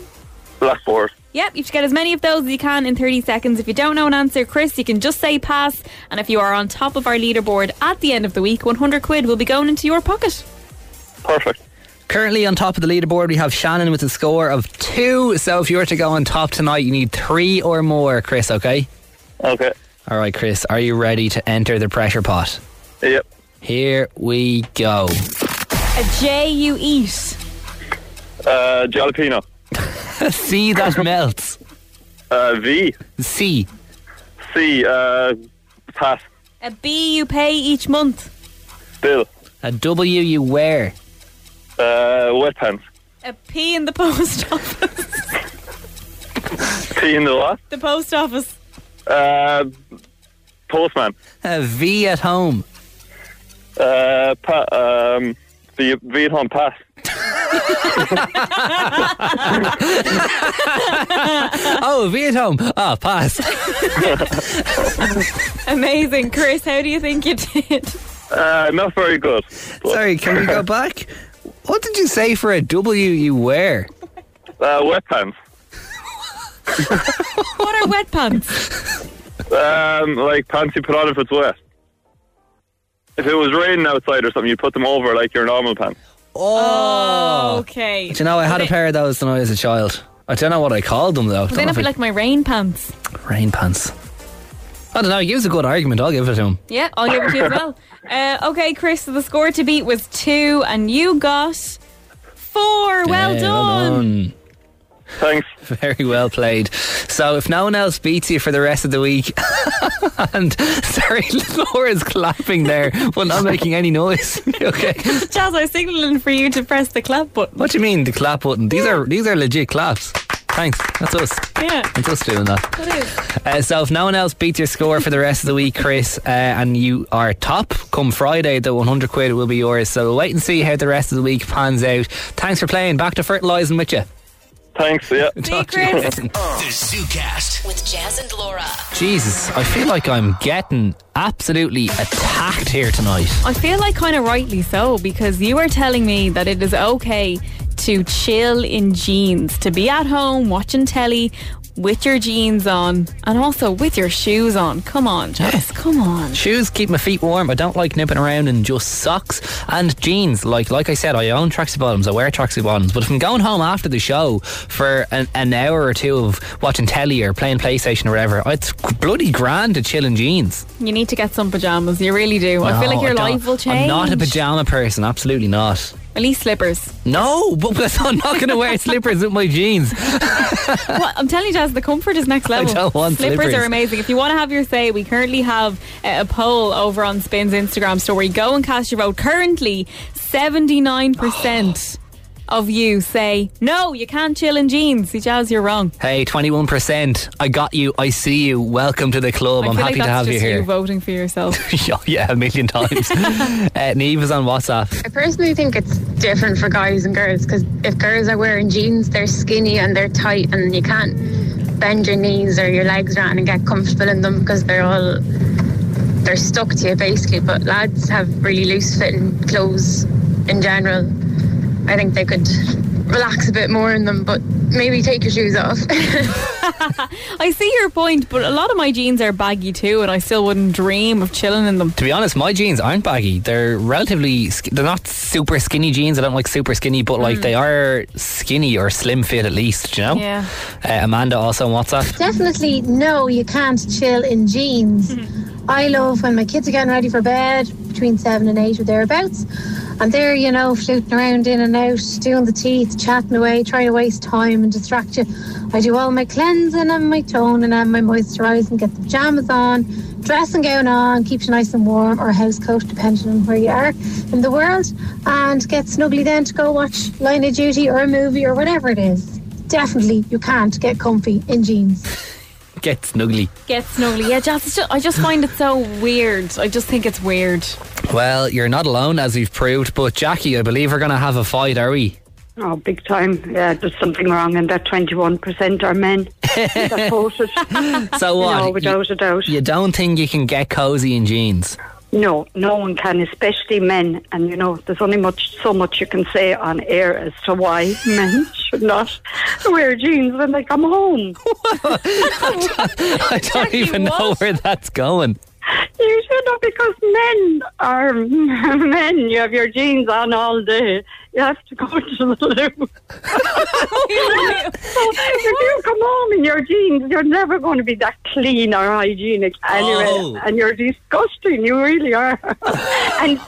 Speaker 9: Blackboard.
Speaker 3: Yep, you should get as many of those as you can in 30 seconds. If you don't know an answer, Chris, you can just say pass. And if you are on top of our leaderboard at the end of the week, 100 quid will be going into your pocket.
Speaker 9: Perfect.
Speaker 2: Currently on top of the leaderboard, we have Shannon with a score of two. So if you were to go on top tonight, you need three or more, Chris, okay?
Speaker 9: Okay.
Speaker 2: All right, Chris, are you ready to enter the pressure pot?
Speaker 9: Yep.
Speaker 2: Here we go.
Speaker 3: A J you eat.
Speaker 9: Uh, jalapeno.
Speaker 2: See that melts.
Speaker 9: Uh, v.
Speaker 2: See.
Speaker 9: C. Uh, pass.
Speaker 3: A B you pay each month.
Speaker 9: Bill.
Speaker 2: A W you wear.
Speaker 9: Uh, wet pants.
Speaker 3: A P in the *laughs* post office.
Speaker 9: P in the what?
Speaker 3: the post office.
Speaker 9: Uh, postman.
Speaker 2: A V at *laughs* home.
Speaker 9: Uh, pa- um, v- Vietnam pass.
Speaker 2: Oh, a V at home. Ah, pass.
Speaker 3: Amazing. Chris, how do you think you did?
Speaker 9: Uh, not very good. but,
Speaker 2: Sorry, can we go back? What did you say for a W you wear?
Speaker 9: Uh, wet pants.
Speaker 3: What are wet pants?
Speaker 9: Um, like pants you put on if it's wet. If it was raining outside or something, you put them over like your normal pants.
Speaker 2: Oh.
Speaker 3: Okay.
Speaker 2: Do you know, I had a
Speaker 3: Would it-
Speaker 2: pair of those when I was a child. I don't know what I called them though.
Speaker 3: Would
Speaker 2: Don't
Speaker 3: they
Speaker 2: know
Speaker 3: not
Speaker 2: if
Speaker 3: be
Speaker 2: I-
Speaker 3: like my rain pants?
Speaker 2: rain pants. I don't know. He gives a good argument. I'll give it to him. *laughs*
Speaker 3: Yeah, I'll give it to you as well. Uh, okay, Chris, so the score to beat was two, and you got four. Well
Speaker 2: Yeah,
Speaker 3: done.
Speaker 2: done.
Speaker 9: Thanks.
Speaker 2: Very well played. So, if no one else beats you for the rest of the week, *laughs* and sorry, Laura's clapping there, but not making any noise. *laughs* okay.
Speaker 3: Chaz, I was signalling for you to press the clap button.
Speaker 2: What do you mean the clap button? These are these are legit claps. Thanks. That's us.
Speaker 3: Yeah,
Speaker 2: *laughs* That's us doing that.
Speaker 3: that is.
Speaker 2: Uh, so if no one else beats your score for the rest of the week, Chris, uh, and you are top, come Friday, the 100 quid will be yours. So we'll wait and see how the rest of the week pans out. Thanks for playing. Back to fertilising with you.
Speaker 9: Thanks. Yeah.
Speaker 3: See you, Chris.
Speaker 5: Uh.
Speaker 6: The ZooCast.
Speaker 1: With Jazz and Laura.
Speaker 2: Jesus, I feel like I'm getting absolutely attacked here tonight.
Speaker 3: I feel like kind of rightly so because you are telling me that it is okay to chill in jeans, to be at home watching telly with your jeans on and also with your shoes on. Come on, Jess, come on.
Speaker 2: Shoes keep my feet warm. I don't like nipping around in just socks and jeans. Like like I said, I own tracksuit bottoms. I wear tracksuit bottoms. But if I'm going home after the show for an, an hour or two of watching telly or playing PlayStation or whatever, it's bloody grand to chill in jeans.
Speaker 3: You need to get some pajamas, you really do. I feel
Speaker 2: No,
Speaker 3: like your
Speaker 2: I don't-
Speaker 3: life will change.
Speaker 2: I'm not a pajama person. Absolutely not.
Speaker 3: At least slippers.
Speaker 2: No, because *laughs* I'm not going to wear slippers with my jeans.
Speaker 3: Well, I'm telling you, Jazz, the comfort is
Speaker 2: *laughs*
Speaker 3: next level.
Speaker 2: don't want slippers.
Speaker 3: are amazing. If you want to have your say, we currently have uh, a poll over on Spin's Instagram story. Go and cast your vote. Currently, 79%
Speaker 9: of you say, no, you can't chill in jeans. Jazz, you're wrong.
Speaker 2: Hey, 21%. I got you. I see you. Welcome to the club.
Speaker 9: I
Speaker 2: I'm
Speaker 9: feel
Speaker 2: happy
Speaker 9: like
Speaker 2: to
Speaker 9: that's
Speaker 2: have
Speaker 9: just
Speaker 2: you here.
Speaker 9: voting for yourself. *laughs*
Speaker 2: Yeah, *laughs* yeah, a million *laughs* times. uh, Neve is on WhatsApp.
Speaker 10: I personally think it's different for guys and girls because if girls are wearing jeans, they're skinny and they're tight, and you can't bend your knees or your legs around and get comfortable in them because they're all they're stuck to you basically. But lads have really loose fitting clothes in general. I think they could relax a bit more in them, but maybe take your shoes off.
Speaker 9: I see your point, but a lot of my jeans are baggy too, and I still wouldn't dream of chilling in them.
Speaker 2: To be honest, my jeans aren't baggy. They're relatively, sk- they're not super skinny jeans. I don't like super skinny, but like they are skinny or slim fit at least, you know?
Speaker 9: Mm. Yeah.
Speaker 2: Uh, Amanda also on WhatsApp.
Speaker 11: Definitely no, you can't chill in jeans. I love when my kids are getting ready for bed between seven and eight or thereabouts, and they're, you know, floating around in and out, doing the teeth, chatting away, trying to waste time and distract you. I do all my cleansing and my toning and my moisturising, get the pajamas on, dressing gown on, keeps you nice and warm, or house coat, depending on where you are in the world, and get snuggly then to go watch Line of Duty or a movie or whatever it is. Definitely, you can't get comfy in jeans.
Speaker 2: *laughs* Get snuggly.
Speaker 9: Get snuggly. Yeah, Jazz, it's just, I just find it so weird. I just think it's *laughs* weird.
Speaker 2: Well, you're not alone, as we've proved, but Jackie, I believe we're going to have a fight, are we?
Speaker 9: *laughs*
Speaker 12: Oh, big time. Yeah, there's something wrong, and that 21% are men that voted.
Speaker 2: So what?
Speaker 12: No,
Speaker 2: You-
Speaker 12: without a doubt.
Speaker 2: you don't think you can get cozy in jeans? *laughs*
Speaker 12: No, no one can, especially men. And, you know, there's only much, so much you can say on air as to why *laughs* men should not wear jeans when they come home.
Speaker 2: I don't even know
Speaker 9: what?
Speaker 2: where that's going.
Speaker 12: You should not, because men are *laughs* men. You have your jeans on all day. You have to go to the loo. if you come home in your jeans, you're never going to be that clean or hygienic anyway.
Speaker 2: Oh.
Speaker 12: And you're disgusting. You really
Speaker 2: *laughs*
Speaker 12: are. and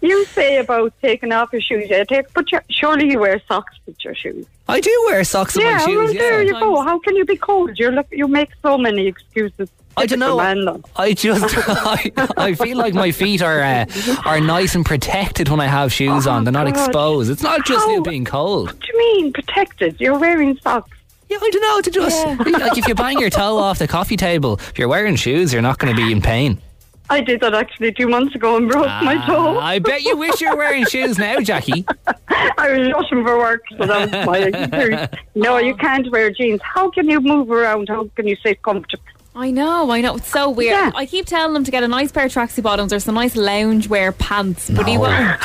Speaker 12: you say about taking off your shoes. Yeah, take, but you- surely you wear socks with your shoes.
Speaker 2: I do wear socks in
Speaker 12: yeah,
Speaker 2: my
Speaker 12: well,
Speaker 2: shoes.
Speaker 12: there
Speaker 2: yeah.
Speaker 12: you go. How can you be cold? You're, look- you make so many excuses.
Speaker 2: I don't
Speaker 12: Typical
Speaker 2: know.
Speaker 12: man, though.
Speaker 2: I just *laughs* I, I feel like my feet are uh, are nice and protected when I have shoes on. They're not
Speaker 12: God.
Speaker 2: exposed. It's not just you
Speaker 12: How-
Speaker 2: being cold.
Speaker 12: What do you mean protected? You're wearing socks.
Speaker 2: Yeah, I don't know. To just *laughs* like if you bang your toe off the coffee table, if you're wearing shoes, you're not going to be in *laughs* pain.
Speaker 12: I did that actually two months ago and broke my
Speaker 2: Ah,
Speaker 12: toe.
Speaker 2: I bet you wish you were wearing shoes now, Jackie.
Speaker 12: I was rushing for work, so that was my excuse.
Speaker 2: *laughs*
Speaker 12: No, you can't wear jeans. How can you move around? How can you sit comfortable?
Speaker 9: I know, I know. It's so weird.
Speaker 12: Yeah.
Speaker 9: I keep telling him to get a nice pair of tracksuit bottoms or some nice loungewear pants, but he
Speaker 2: No.
Speaker 9: won't.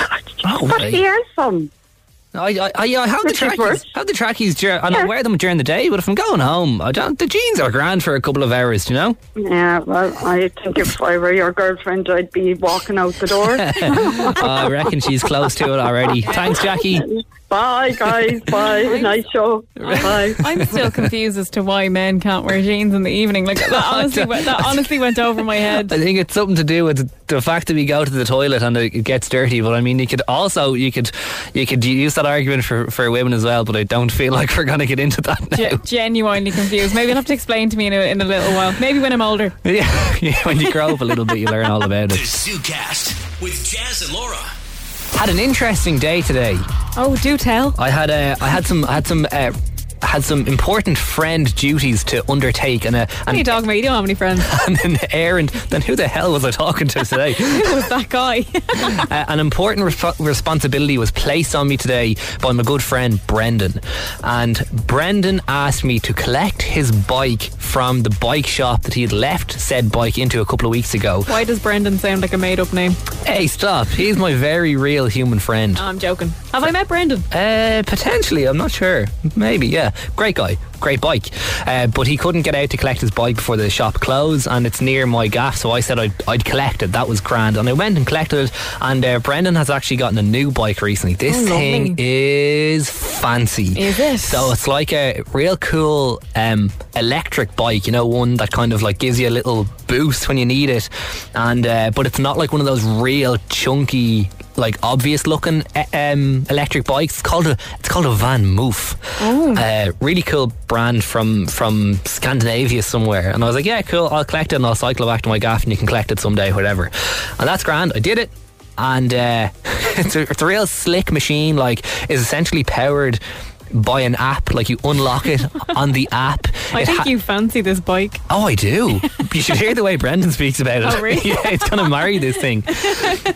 Speaker 2: Oh,
Speaker 12: But
Speaker 2: right.
Speaker 12: he has some.
Speaker 2: I, I, I, I have the
Speaker 12: Which is
Speaker 2: trackies.
Speaker 12: worse.
Speaker 2: Have the trackies. dur- And I
Speaker 12: Yeah.
Speaker 2: wear them during the day, but if I'm going home, I don't. The jeans are grand for a couple of hours, you *laughs* know.
Speaker 12: Yeah, well, I think if I were your girlfriend, I'd be walking out the
Speaker 2: *laughs*
Speaker 12: door.
Speaker 2: Ah, I reckon she's close to it already. Thanks, Jackie.
Speaker 12: bye, guys. Bye. nice show. Bye.
Speaker 9: I'm still confused as to why men can't wear jeans in the evening.
Speaker 2: *laughs*
Speaker 9: Like that honestly, went, that honestly went over my head.
Speaker 2: I think it's something to do with the fact that we go to the toilet and it gets dirty. But I mean, you could also you could you could use that argument for for women as well. But I don't feel like we're going to get into that now.
Speaker 9: Ge- genuinely confused. Maybe you'll have to explain to me in a, in a little while. Maybe when I'm older.
Speaker 2: *laughs* Yeah, yeah, when you grow up a little bit, you learn all about
Speaker 1: The *laughs*
Speaker 2: it.
Speaker 1: ZooCast with Jazz and Laura.
Speaker 2: Had an interesting day today.
Speaker 9: Oh, do tell.
Speaker 2: I had uh, I had some I had some. Uh, had some important friend duties to undertake and, a,
Speaker 9: What are you
Speaker 2: and,
Speaker 9: talking about? You don't have any friends.
Speaker 2: *laughs*
Speaker 9: *laughs*
Speaker 2: and an errand. Then who the hell was I talking to today?
Speaker 9: Who was that guy?
Speaker 2: *laughs* Uh, an important resp- responsibility was placed on me today by my good friend Brendan. And Brendan asked me to collect his bike from the bike shop that he had left said bike into a couple of weeks ago.
Speaker 9: *laughs* Why does Brendan sound like a made up name?
Speaker 2: Hey, stop. He's my very real human friend.
Speaker 9: I'm joking. Have I met Brendan?
Speaker 2: Uh, potentially, I'm not sure. Maybe, yeah. Great guy, great bike. Uh, but he couldn't get out to collect his bike before the shop closed, and it's near my gaff, so I said I'd, I'd collect it. That was grand, and I went and collected it. And uh, Brendan has actually gotten a new bike recently. This
Speaker 9: Oh, lovely.
Speaker 2: thing is fancy.
Speaker 9: Is it?
Speaker 2: So it's like a real cool um, electric bike, you know, one that kind of like gives you a little boost when you need it. And uh, but it's not like one of those real chunky, like obvious looking uh, um, electric bikes. It's called a it's called a Van Moof. Uh, really cool brand from from Scandinavia somewhere. And I was like, yeah, cool. I'll collect it and I'll cycle it back to my gaff, and you can collect it someday, whatever. And that's grand. I did it. And uh, *laughs* it's, a, it's a real slick machine. Like, is essentially powered by an app. Like you
Speaker 3: *laughs*
Speaker 2: unlock it on the app.
Speaker 3: I
Speaker 2: It
Speaker 3: think
Speaker 2: ha-
Speaker 3: you fancy this bike.
Speaker 2: Oh,
Speaker 3: *laughs*
Speaker 2: I do. You should hear the way Brendan speaks about it.
Speaker 3: Oh, really?
Speaker 2: *laughs* yeah, it's gonna marry this thing.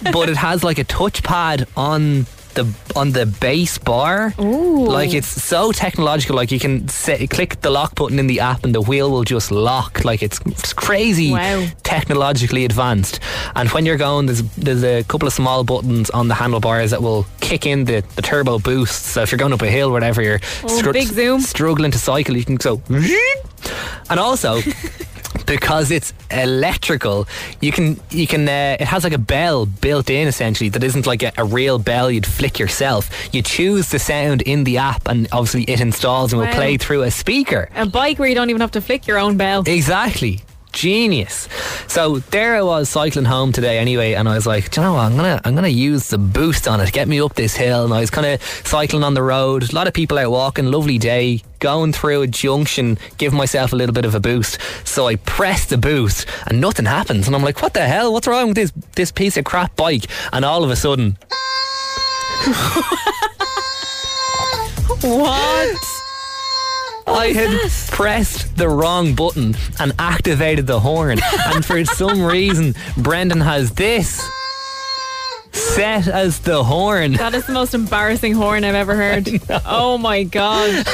Speaker 2: But it has like a touchpad on the on the base bar.
Speaker 3: Ooh.
Speaker 2: Like it's so technological. Like you can set, click the lock button in the app, and the wheel will just lock. Like it's, it's crazy
Speaker 3: Wow.
Speaker 2: technologically advanced. And when you're going, there's there's a couple of small buttons on the handlebars that will kick in the, the turbo boost. So if you're going up a hill, whatever, you're
Speaker 3: Oh, big zoom.
Speaker 2: struggling to cycle, you can go. *laughs* And also, because it's electrical, you can you can uh, it has like a bell built in essentially that isn't like a, a real bell you'd flick yourself. You choose the sound in the app, and obviously it installs and will
Speaker 3: Wow.
Speaker 2: play through a speaker.
Speaker 3: A bike where you don't even have to flick your own bell.
Speaker 2: Exactly. Genius. So there I was cycling home today anyway, and I was like, Do you know what? I'm gonna I'm gonna use the boost on it, get me up this hill. And I was kinda cycling on the road, a lot of people out walking, lovely day, going through a junction, give myself a little bit of a boost. So I press the boost and nothing happens. And I'm like, What the hell? What's wrong with this this piece of crap bike? And all of a sudden
Speaker 3: What?
Speaker 2: I had pressed the wrong button and activated the horn. and for some reason, Brendan has this set as the horn.
Speaker 3: That is the most embarrassing horn I've ever heard. Oh my god!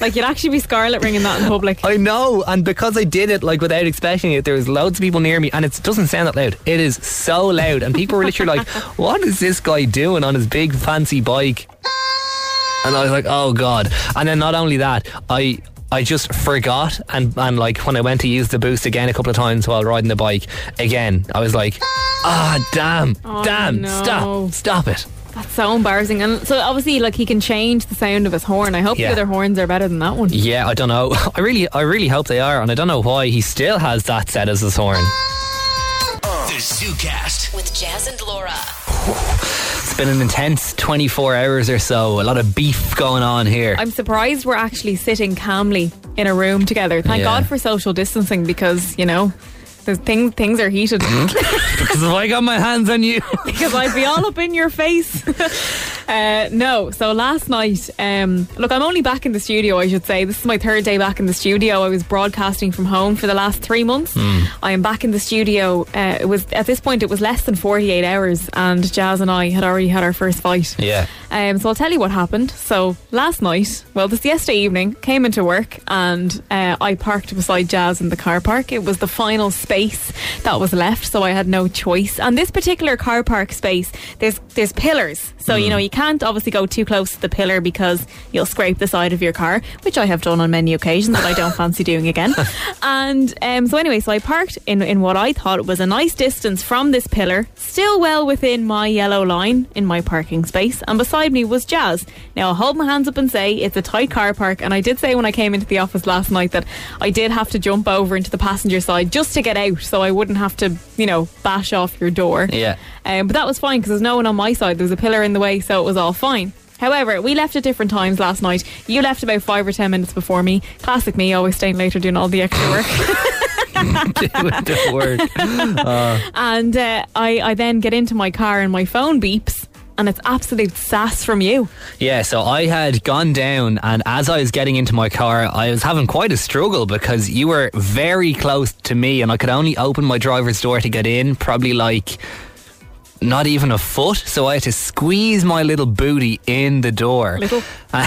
Speaker 3: Like you'd actually be Scarlet ringing that in
Speaker 2: *laughs*
Speaker 3: public.
Speaker 2: I know, and because I did it like without expecting it, there was loads of people near me, and it doesn't sound that loud. It is so loud, and people were
Speaker 3: *laughs*
Speaker 2: literally like, "What is this guy doing on his big fancy bike?" And I was like, "Oh god!" And then not only that, I I just forgot, and and like when I went to use the boost again a couple of times while riding the bike, again I was like, "Ah, damn,
Speaker 3: Oh,
Speaker 2: damn,
Speaker 3: no.
Speaker 2: stop, stop it."
Speaker 3: That's so embarrassing. And so obviously, like he can change the sound of his horn. I hope
Speaker 2: Yeah.
Speaker 3: the other horns are better than that one.
Speaker 2: Yeah, I don't know. *laughs* I really, I really hope they are, and I don't know why he still has that set as his horn.
Speaker 5: Uh.
Speaker 1: The ZooCast.
Speaker 6: With Jazz and Laura.
Speaker 2: It's been an intense 24 hours or so. A lot of beef going on here.
Speaker 3: I'm surprised we're actually sitting calmly in a room together. Thank
Speaker 2: Yeah.
Speaker 3: God for social distancing because you know. The thing, things are heated
Speaker 2: Mm-hmm. because if I got my hands
Speaker 3: *laughs*
Speaker 2: on you,
Speaker 3: because I'd be all up in your face. *laughs* uh, no, so last night, um, look, I'm only back in the studio, I should say. This is my third day back in the studio. I was broadcasting from home for the last three months. I am back in the studio. Uh, it was at this point, it was less than 48 hours, and Jazz and I had already had our first fight.
Speaker 2: Yeah.
Speaker 3: Um, so I'll tell you what happened. So last night, well, the siesta evening, came into work and uh, I parked beside Jazz in the car park. It was the final space that was left, so I had no choice. And this particular car park space, there's there's pillars, so you know you can't obviously go too close to the pillar because you'll scrape the side of your car, which I have done on many occasions, but I don't fancy doing again. And um, so anyway, so I parked in in what I thought was a nice distance from this pillar, still well within my yellow line in my parking space, and beside me was Jazz. Now I'll hold my hands up and say it's a tight car park, and I did say when I came into the office last night that I did have to jump over into the passenger side just to get out, so I wouldn't have to, you know, bash off your door.
Speaker 2: Yeah. *laughs*
Speaker 3: Um, but that was fine because there's no one on my side. There was a pillar in the way, so it was all fine. However, we left at different times last night. You left about five or ten minutes before me. Classic me, always staying later doing all the extra work. *laughs*
Speaker 2: Don't worry.
Speaker 3: and uh, I, I then get into my car and my phone beeps. And it's absolute sass from you.
Speaker 2: Yeah, so I had gone down, and as I was getting into my car, I was having quite a struggle because you were very close to me, and I could only open my driver's door to get in, probably like not even a foot. So I had to squeeze my little booty in the door.
Speaker 3: Little.
Speaker 2: Okay,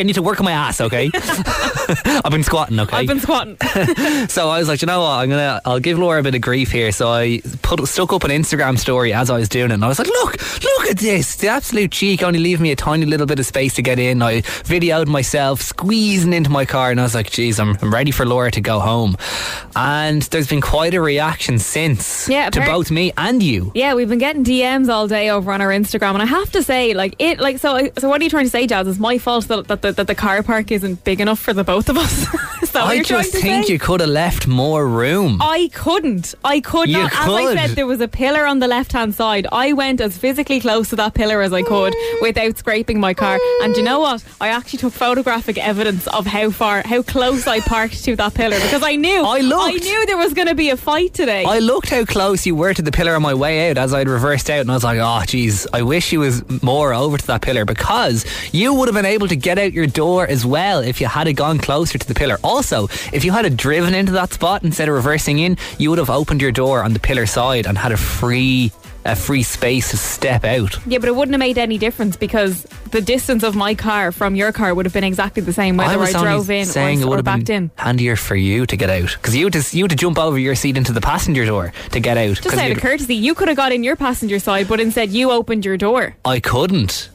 Speaker 2: I need to work on my ass,
Speaker 3: *laughs*
Speaker 2: okay? *laughs* I've been squatting, okay?
Speaker 3: I've been squatting. *laughs*
Speaker 2: So I was like, you know what? I'm gonna, I'll give Laura a bit of grief here. So I put stuck up an Instagram story as I was doing it, and I was like, look, look at this, the absolute cheek only leaving me a tiny little bit of space to get in. I videoed myself squeezing into my car, and I was like, geez, I'm, I'm ready for Laura to go home. And there's been quite a reaction since,
Speaker 3: Yeah,
Speaker 2: to
Speaker 3: appar-
Speaker 2: both me and you.
Speaker 3: Yeah, we've been getting DMs all day over on our Instagram, and I have to say, like it, like so, I, I, so what are you trying to say, Jazz? It's my fault that, that, the, that the car park isn't big enough for the both of us. *laughs* Is that what
Speaker 2: I
Speaker 3: you're trying
Speaker 2: just
Speaker 3: to
Speaker 2: think
Speaker 3: say?
Speaker 2: you could have left more room.
Speaker 3: I couldn't. I could
Speaker 2: You
Speaker 3: not. As
Speaker 2: could.
Speaker 3: I said, there was a pillar on the left hand side. I went as physically close to that pillar as I could
Speaker 2: Mm.
Speaker 3: without scraping my car. And do you know what? I actually took photographic evidence of how far, how close I parked to that pillar because I knew. I looked. I knew there was going to be a fight today.
Speaker 2: I looked how close you were to the pillar on my way out as I'd reversed out, and I was like, oh, geez, I wish you was more over to that pillar because you would have been able to get out your door as well if you had gone closer to the pillar. Also, if you had a driven into that spot instead of reversing in, you would have opened your door on the pillar side and had a free. A free space to step out.
Speaker 3: yeah, but it wouldn't have made any difference because the distance of my car from your car would have been exactly the same whether
Speaker 2: I
Speaker 3: I,
Speaker 2: was only
Speaker 3: drove in
Speaker 2: saying it
Speaker 3: or,
Speaker 2: would
Speaker 3: or
Speaker 2: have
Speaker 3: backed
Speaker 2: been
Speaker 3: in.
Speaker 2: handier for you to get out because you had to you had to jump over your seat into the passenger door to get out. 'cause
Speaker 3: Just out
Speaker 2: you'd-
Speaker 3: of courtesy, you could have got in your passenger side, but instead you opened your door.
Speaker 2: I couldn't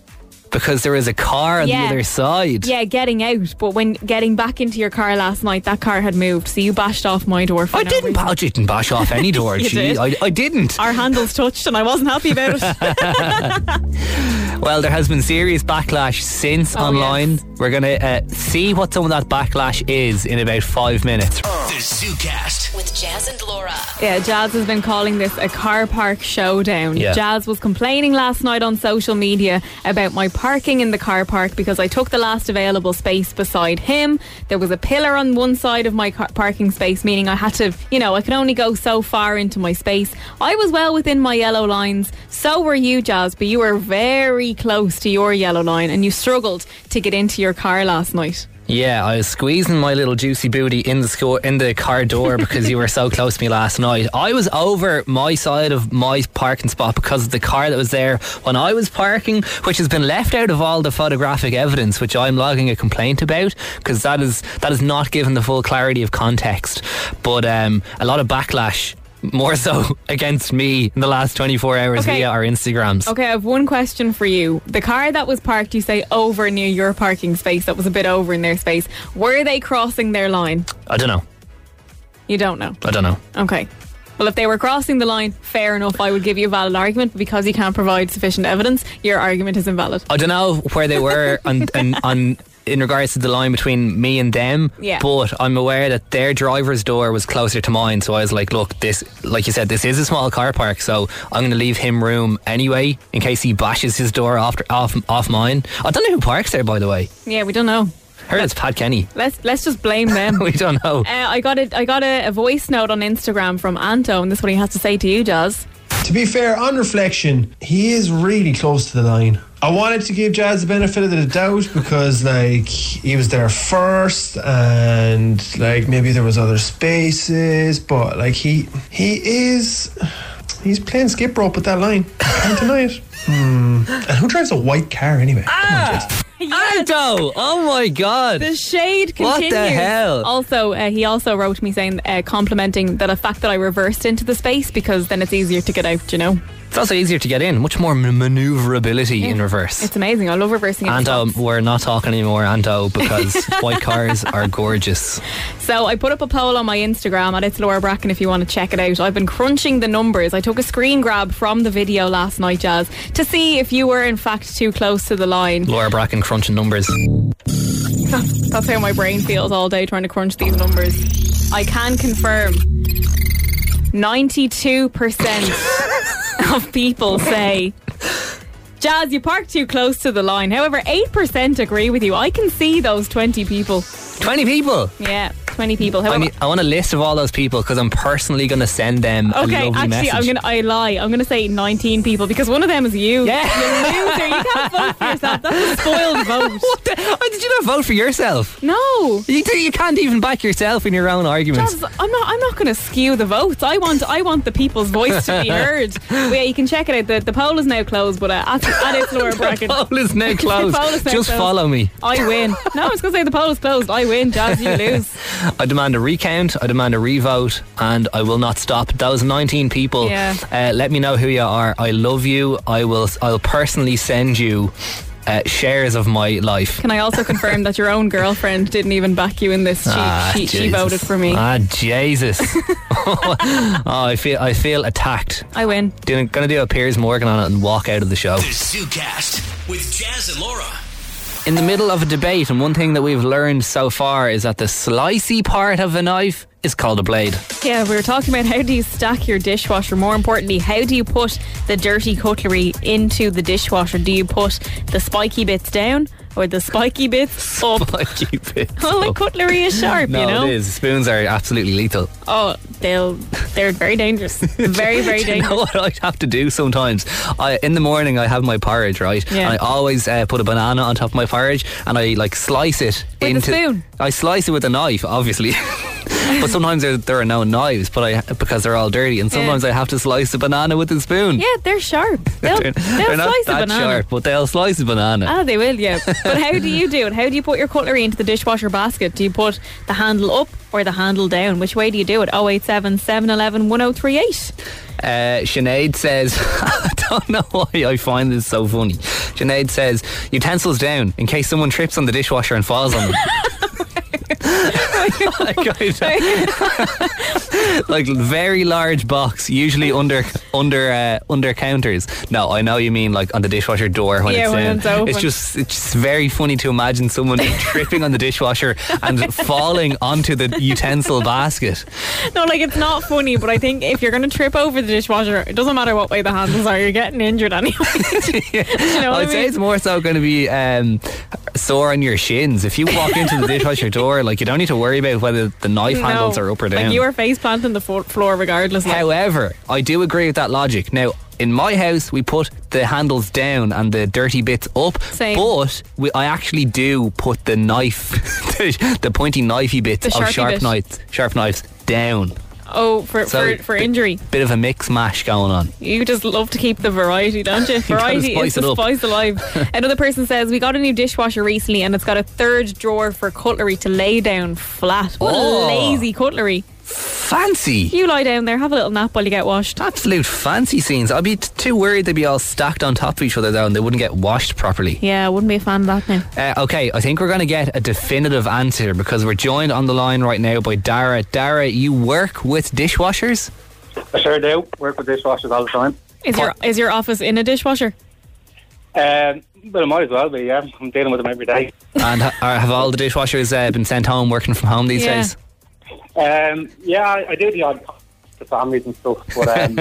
Speaker 2: because there was a car on
Speaker 3: Yeah.
Speaker 2: the other side.
Speaker 3: Yeah, getting out. But when getting back into your car last night, that car had moved, so you bashed off my door. For
Speaker 2: I
Speaker 3: no
Speaker 2: didn't.
Speaker 3: reason.
Speaker 2: I didn't bash off
Speaker 3: *laughs*
Speaker 2: any door.
Speaker 3: You
Speaker 2: Gee,
Speaker 3: did. Ah.
Speaker 2: I, I didn't.
Speaker 3: Our handles touched, and I wasn't happy about
Speaker 2: *laughs*
Speaker 3: it.
Speaker 2: Well, there has been serious backlash
Speaker 3: Oh,
Speaker 2: since online. We're going to uh, see what some of that backlash is in about five minutes.
Speaker 5: Uh.
Speaker 1: The ZooCast.
Speaker 6: With Jazz and Laura.
Speaker 3: yeah, Jazz has been calling this a car park showdown.
Speaker 2: Yeah.
Speaker 3: Jazz was complaining last night on social media about my parking in the car park because I took the last available space beside him. There was a pillar on one side of my car- parking space, meaning I had to, you know, I could only go so far into my space. I was well within my yellow lines. So were you, Jazz, but you were very close to your yellow line and you struggled to get into your car last night.
Speaker 2: Yeah, I was squeezing my little juicy booty in the sco- in the car door because you
Speaker 3: *laughs*
Speaker 2: were so close to me last night. I was over my side of my parking spot because of the car that was there when I was parking, which has been left out of all the photographic evidence, which I'm logging a complaint about because that is that is not given the full clarity of context. But um, a lot of backlash, more so *laughs* against me in the last 24 hours
Speaker 3: Okay.
Speaker 2: via our Instagrams.
Speaker 3: Okay, I have one question for you. The car that was parked, you say over near your parking space, that was a bit over in their space. Were they crossing their line?
Speaker 2: I don't know.
Speaker 3: You don't know.
Speaker 2: I don't know.
Speaker 3: Okay. Well, if they were crossing the line, fair enough, I would give you a valid argument, but because you can't provide sufficient evidence, your argument is invalid.
Speaker 2: I don't know where
Speaker 3: *laughs*
Speaker 2: they were on, on, on in regards to the line between me and them.
Speaker 3: Yeah.
Speaker 2: But I'm aware that their driver's door was closer to mine, so I was like, look, this, like you said, this is a small car park, so I'm going to leave him room anyway in case he bashes his door after off off mine. I don't know who parks there, by the way.
Speaker 3: Yeah, we don't know.
Speaker 2: Heard it's Pat Kenny. *laughs*
Speaker 3: Let's let's just blame them.
Speaker 2: We don't know.
Speaker 3: Uh, I got a, I got a, a voice note on Instagram from Anto, and this is what he has to say to you, Jazz.
Speaker 13: To be fair, on reflection, he is really close to the line. I wanted to give Jazz the benefit of the doubt because, like, he was there first, and like maybe there was other spaces, but like he he is he's playing skip rope with that line. Can't deny it. Hmm. And who drives a white car anyway?
Speaker 2: Anto! Oh my god!
Speaker 3: The shade
Speaker 2: What the
Speaker 3: continues.
Speaker 2: hell?
Speaker 3: Also, uh, he also wrote me saying, uh, complimenting that the fact that I reversed into the space because then it's easier to get out. You know,
Speaker 2: It's also easier to get in, much more man- maneuverability in reverse.
Speaker 3: it's amazing. I love reversing. into
Speaker 2: Anto, we're not talking anymore,
Speaker 3: *laughs*
Speaker 2: Anto, because white cars are gorgeous.
Speaker 3: So I put up a poll on my Instagram at it's Laura Bracken if you want to check it out. I've been crunching the numbers. I took a screen grab from the video last night, Jazz, to see if you were in fact too close to the line.
Speaker 2: Laura Bracken crunching numbers.
Speaker 3: That's, that's how my brain feels all day trying to crunch these numbers. I can confirm 92% *laughs* of people say. Jazz, you parked too close to the line. However, 8% agree with you. I can see those 20 people.
Speaker 2: 20 people?
Speaker 3: Yeah, 20 people.
Speaker 2: I
Speaker 3: However,
Speaker 2: mean, I want a list of all those people because I'm personally going to send them a
Speaker 3: Okay,
Speaker 2: lovely
Speaker 3: actually,
Speaker 2: message.
Speaker 3: I'm gonna. I lie. I'm gonna say 19 people because one of them is you. Yeah, you loser. You can't vote for yourself. That's a
Speaker 2: *laughs*
Speaker 3: spoiled vote.
Speaker 2: what the, oh, did you not vote for yourself?
Speaker 3: No,
Speaker 2: you, do- you can't even back yourself in your own arguments.
Speaker 3: Jazz, I'm not. I'm not gonna skew the votes. I want. I want the people's voice
Speaker 2: *laughs*
Speaker 3: to be heard. But yeah, you can check it out. The, the poll is now closed, but uh, at, at its Laura Bracken.
Speaker 2: *laughs* The poll is
Speaker 3: *laughs*
Speaker 2: now
Speaker 3: The
Speaker 2: closed.
Speaker 3: poll is now
Speaker 2: Just
Speaker 3: closed.
Speaker 2: follow me.
Speaker 3: I win. No, I was gonna say the poll is closed. I win. Jazz, you lose.
Speaker 2: I demand a recount. I demand a revote, and I will not stop. Those 19 people.
Speaker 3: Yeah.
Speaker 2: Uh, let me know who you are. I love you. I will. I'll personally send you uh, shares of my life.
Speaker 3: Can I also confirm that your own girlfriend didn't even back you in this? She
Speaker 2: Ah,
Speaker 3: she, she
Speaker 2: Jesus.
Speaker 3: voted for me.
Speaker 2: Ah, Jesus!
Speaker 3: *laughs*
Speaker 2: *laughs* oh, I feel I feel attacked.
Speaker 3: I win.
Speaker 2: Doing, gonna do a Piers Morgan on it and walk out of the show.
Speaker 1: ZooCast. with Jazz and Laura.
Speaker 2: In the middle of a debate, and one thing that we've learned so far is that the slicey part of a knife is called a blade. *laughs*
Speaker 3: Yeah, we were talking about how do you stack your dishwasher. More importantly, how do you put the dirty cutlery into the dishwasher? Do you put the spiky bits down or the spiky bits up?
Speaker 2: Spiky bits.
Speaker 3: Well, the
Speaker 2: up.
Speaker 3: cutlery is sharp,
Speaker 2: no,
Speaker 3: you know.
Speaker 2: it is. Spoons are absolutely lethal.
Speaker 3: Oh, they'll they're very
Speaker 2: *laughs*
Speaker 3: dangerous. Very, very
Speaker 2: Do you know
Speaker 3: dangerous.
Speaker 2: what I'd have to do sometimes? I, in the morning, I have my porridge, right?
Speaker 3: Yeah.
Speaker 2: And I always uh, put a banana on top of my porridge, and I like slice it
Speaker 3: With a
Speaker 2: into.
Speaker 3: spoon?
Speaker 2: I slice it with a knife, obviously. *laughs* but sometimes there, there are no knives, but I because they're all dirty, and
Speaker 3: Yeah.
Speaker 2: sometimes I have to slice a banana with a spoon.
Speaker 3: Yeah, they're
Speaker 2: *laughs*
Speaker 3: sharp. They'll,
Speaker 2: They're,
Speaker 3: they'll
Speaker 2: they're not
Speaker 3: slice
Speaker 2: that
Speaker 3: a banana.
Speaker 2: sharp, but they'll slice a banana.
Speaker 3: Ah, they will,
Speaker 2: *laughs*
Speaker 3: yeah. But how do you do it? How do you put your cutlery into the dishwasher basket? Do you put the handle up or the handle down? Which way do you do it? Oh, 087 711 1038.
Speaker 2: Uh, Sinead says, *laughs* I don't know why I find this so funny. Sinead says, utensils down in case someone trips on the dishwasher and falls on them. *laughs* like, I- like very large box, usually under under uh, under counters. No, I know you mean like on the dishwasher door when
Speaker 3: Yeah,
Speaker 2: it's
Speaker 3: when
Speaker 2: down.
Speaker 3: it's open.
Speaker 2: just it's just very funny to
Speaker 3: *laughs*
Speaker 2: imagine someone tripping on the dishwasher and falling onto the utensil basket.
Speaker 3: *laughs* No, like it's not funny, but I think if you're going to trip over the dishwasher, it doesn't matter what way the handles are, you're getting injured anyway. *laughs* you know what I
Speaker 2: I'd say
Speaker 3: mean?
Speaker 2: it's more so going to be um, sore on your shins. If you walk into the dishwasher door, like you don't need to worry about whether the knife
Speaker 3: No.
Speaker 2: handles are up or down.
Speaker 3: Like you are face planting the fo- floor regardless. like-
Speaker 2: However, I do agree with that logic. Now, in my house, we put the handles down and the dirty bits up.
Speaker 3: Same.
Speaker 2: But we, I actually do put the knife, *laughs* the, the pointy knifey bits
Speaker 3: The
Speaker 2: of
Speaker 3: sharpie
Speaker 2: sharp
Speaker 3: bit.
Speaker 2: knives, sharp knives down.
Speaker 3: oh, for,
Speaker 2: So,
Speaker 3: for, for
Speaker 2: bit-
Speaker 3: injury.
Speaker 2: Bit of a mix mash going on.
Speaker 3: You just love to keep the variety, don't you?
Speaker 2: *laughs* gotta
Speaker 3: Variety
Speaker 2: spice
Speaker 3: is
Speaker 2: it
Speaker 3: the
Speaker 2: up.
Speaker 3: spice alive.
Speaker 2: *laughs*
Speaker 3: Another person says we got a new dishwasher recently, and it's got a third drawer for cutlery to lay down flat. What
Speaker 2: Oh.
Speaker 3: lazy cutlery!
Speaker 2: Fancy.
Speaker 3: You lie down there, have a little nap while you get washed.
Speaker 2: Absolute fancy scenes. I'd be t- too worried they'd be all stacked on top of each other though and they wouldn't get washed properly.
Speaker 3: Yeah, I wouldn't be a fan of that now.
Speaker 2: Uh, okay, I think we're going to get a definitive answer because we're joined on the line right now by Dara. Dara, you work with
Speaker 14: *laughs*
Speaker 2: dishwashers?
Speaker 14: I sure do. Work with dishwashers all the time.
Speaker 3: Is your is your office in a dishwasher?
Speaker 14: Um, but I might as well be, yeah. I'm dealing with them every day.
Speaker 2: And ha- are, have all the dishwashers uh, been sent home working from home these
Speaker 14: Yeah.
Speaker 2: days? *laughs*
Speaker 14: Um, yeah, I, I do the odd to families and stuff, but um,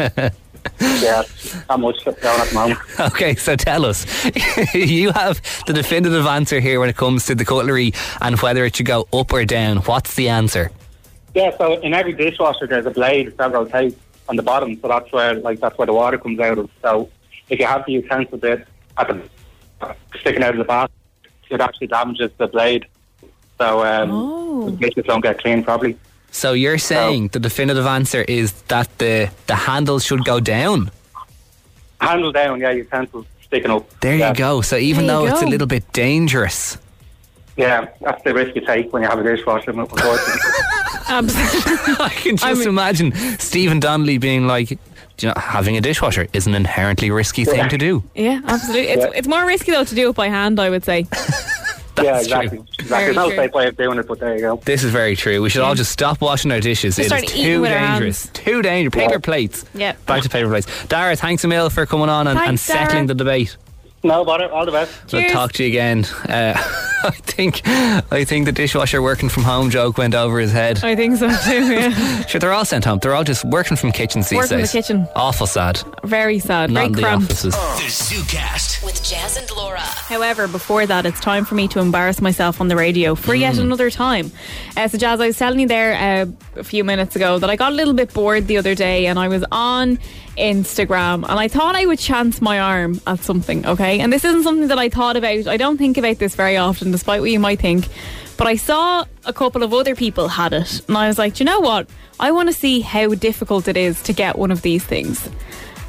Speaker 2: *laughs*
Speaker 14: yeah, not much going on at the moment.
Speaker 2: Okay, so tell us. *laughs* you have the definitive answer here when it comes to the cutlery and whether it should go up or down. What's the answer?
Speaker 14: Yeah, so in every dishwasher there's a blade that rotates on the bottom, so that's where like that's where the water comes out of. So if you have the utensil bit at the, sticking out of the bath, it actually damages the blade. So um,
Speaker 3: Oh.
Speaker 12: Oh.
Speaker 14: it makes it don't get cleaned properly.
Speaker 2: So you're saying the definitive answer is that the, the handle should go down?
Speaker 14: Handle down, yeah, utensil sticking up.
Speaker 2: There you go. So even
Speaker 14: There you
Speaker 2: though it's a
Speaker 14: go.
Speaker 2: little bit dangerous.
Speaker 14: Yeah, that's the risk you take when you have a dishwasher. unfortunately.
Speaker 2: I can just imagine Stephen Donnelly being like, "Do you know, having a dishwasher is an inherently risky thing to do.
Speaker 3: Yeah, absolutely. It's, it's more risky though to do it by hand, I would say.
Speaker 14: yeah, exactly. exactly.
Speaker 3: Very
Speaker 14: There's no
Speaker 3: true.
Speaker 14: safe way of doing it, but there you go.
Speaker 2: This is very true. We should all just stop washing our dishes.
Speaker 3: Just
Speaker 2: it
Speaker 3: start
Speaker 2: is
Speaker 3: eating
Speaker 2: too
Speaker 3: with our
Speaker 2: dangerous. Too dangerous. Paper plates.
Speaker 3: Yeah.
Speaker 2: Back to paper plates. Dara, thanks a mil for coming on and, and
Speaker 14: Thanks, Dara.
Speaker 2: settling the debate.
Speaker 14: No bother. All the best.
Speaker 2: I'll talk to you again. Uh, *laughs* I think I think the dishwasher working from home joke went over his head.
Speaker 3: I think so too. Yeah,
Speaker 2: Sure, they're all sent home. They're all just working from kitchens these
Speaker 3: Working in the
Speaker 2: days.
Speaker 3: kitchen.
Speaker 2: Awful sad.
Speaker 3: very sad.
Speaker 2: Not
Speaker 3: Very
Speaker 2: in the
Speaker 3: cramped.
Speaker 2: offices. *laughs*
Speaker 5: Uh.
Speaker 1: The ZooCast.
Speaker 6: With Jazz and Laura.
Speaker 3: However, before that, it's time for me to embarrass myself on the radio for yet another time. Uh, so, Jazz, I was telling you there uh, a few minutes ago that I got a little bit bored the other day and I was on Instagram and I thought I would chance my arm at something, okay? And this isn't something that I thought about. I don't think about this very often, despite what you might think. But I saw a couple of other people had it and I was like, "Do you know what? I want to see how difficult it is to get one of these things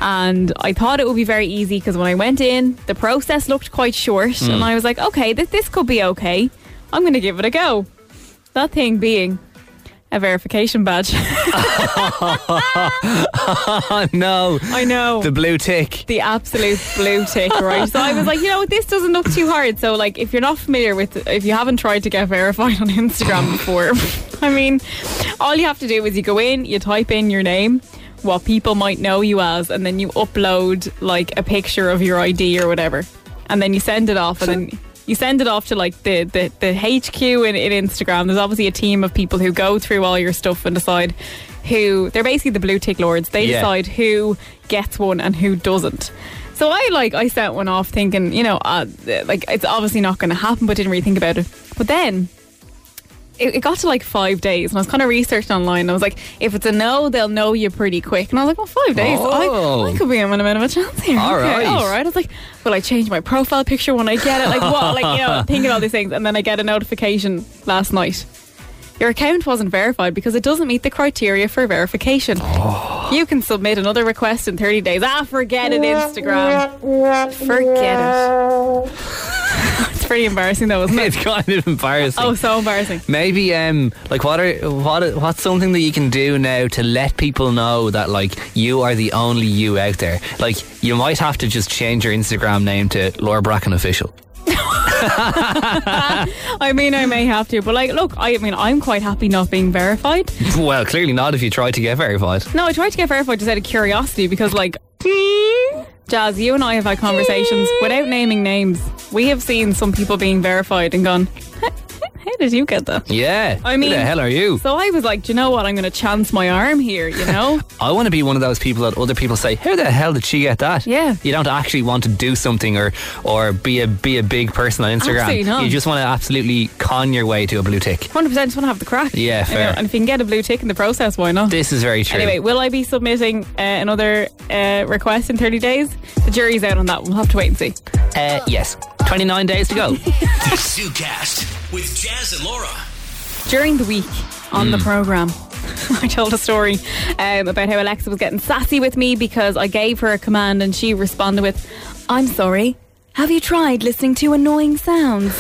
Speaker 3: and I thought it would be very easy because when I went in, the process looked quite short,
Speaker 6: Mm.
Speaker 3: and I was like, okay, this, this could be okay. I'm going to give it a go. That thing being a verification badge. *laughs*
Speaker 2: oh, no.
Speaker 3: I know.
Speaker 2: The blue tick.
Speaker 3: the absolute blue tick, right? So I was like, you know what, this doesn't look too hard. So, like, if you're not familiar with, if you haven't tried to get verified on Instagram before, *laughs* I mean, all you have to do is you go in, you type in your name, what people might know you as, and then you upload like a picture of your ID or whatever. and then you send it off, and then you send it off to like the the, the HQ in, in Instagram. There's obviously a team of people who go through all your stuff and decide who they're basically the blue tick lords. They
Speaker 15: Yeah.
Speaker 3: decide who gets one and who doesn't. So I like I sent one off thinking, you know, uh, like it's obviously not going to happen, but didn't really think about it. But then it, it got to like five days, and I was kind of researching online. And I was like, if it's a no, they'll know you pretty quick. And I was like, well, five days,
Speaker 15: Oh.
Speaker 3: I, I could be in a bit of a chance here.
Speaker 15: All
Speaker 3: okay,
Speaker 15: right.
Speaker 3: all right. I was like, will I change my profile picture when I get it? Like what? Like you
Speaker 15: *laughs*
Speaker 3: know, thinking all these things, and then I get a notification last night. Your account wasn't verified because it doesn't meet the criteria for verification. You can submit another request in 30 days. Ah, forget it, Instagram. Forget it. *laughs* it's pretty embarrassing though, isn't it?
Speaker 2: *laughs* It's kind of embarrassing.
Speaker 3: Oh, so embarrassing.
Speaker 2: Maybe um like what are what are- what's something that you can do now to let people know that like you are the only you out there. Like you might have to just change your Instagram name to Laura Bracken official. *laughs*
Speaker 3: I mean, I may have to, but like, look, I mean, I'm quite happy not being verified.
Speaker 2: well, clearly not if you try to get verified.
Speaker 3: No, I tried to get verified just out of curiosity because, like, Jazz, you and I have had conversations without naming names. We have seen some people being verified and gone, *laughs* how did you get that?
Speaker 2: Yeah.
Speaker 3: I mean,
Speaker 2: who the hell are you?
Speaker 3: So I was like, do you know what? I'm going to chance my arm here, you know?
Speaker 2: I want to be one of those people that other people say, "How the hell did she get that?"
Speaker 3: Yeah.
Speaker 2: You don't actually want to do something or or be a be a big person on Instagram.
Speaker 3: Absolutely not.
Speaker 2: You just want to absolutely con your way to a blue tick.
Speaker 3: 100% just want to have the crack. You
Speaker 2: Yeah,
Speaker 3: know,
Speaker 2: fair.
Speaker 3: and if you can get a blue tick in the process, why not?
Speaker 2: This is very true.
Speaker 3: Anyway, will I be submitting uh, another uh, request in 30 days? The jury's out on that. We'll have to wait and see.
Speaker 2: Uh, yes. 29 days to go.
Speaker 1: ZooCast with Jazz and Laura.
Speaker 3: During the week on the
Speaker 1: Mm.
Speaker 3: program, *laughs* I told a story um, about how Alexa was getting sassy with me because I gave her a command and she responded with, I'm sorry, have you tried listening to annoying sounds?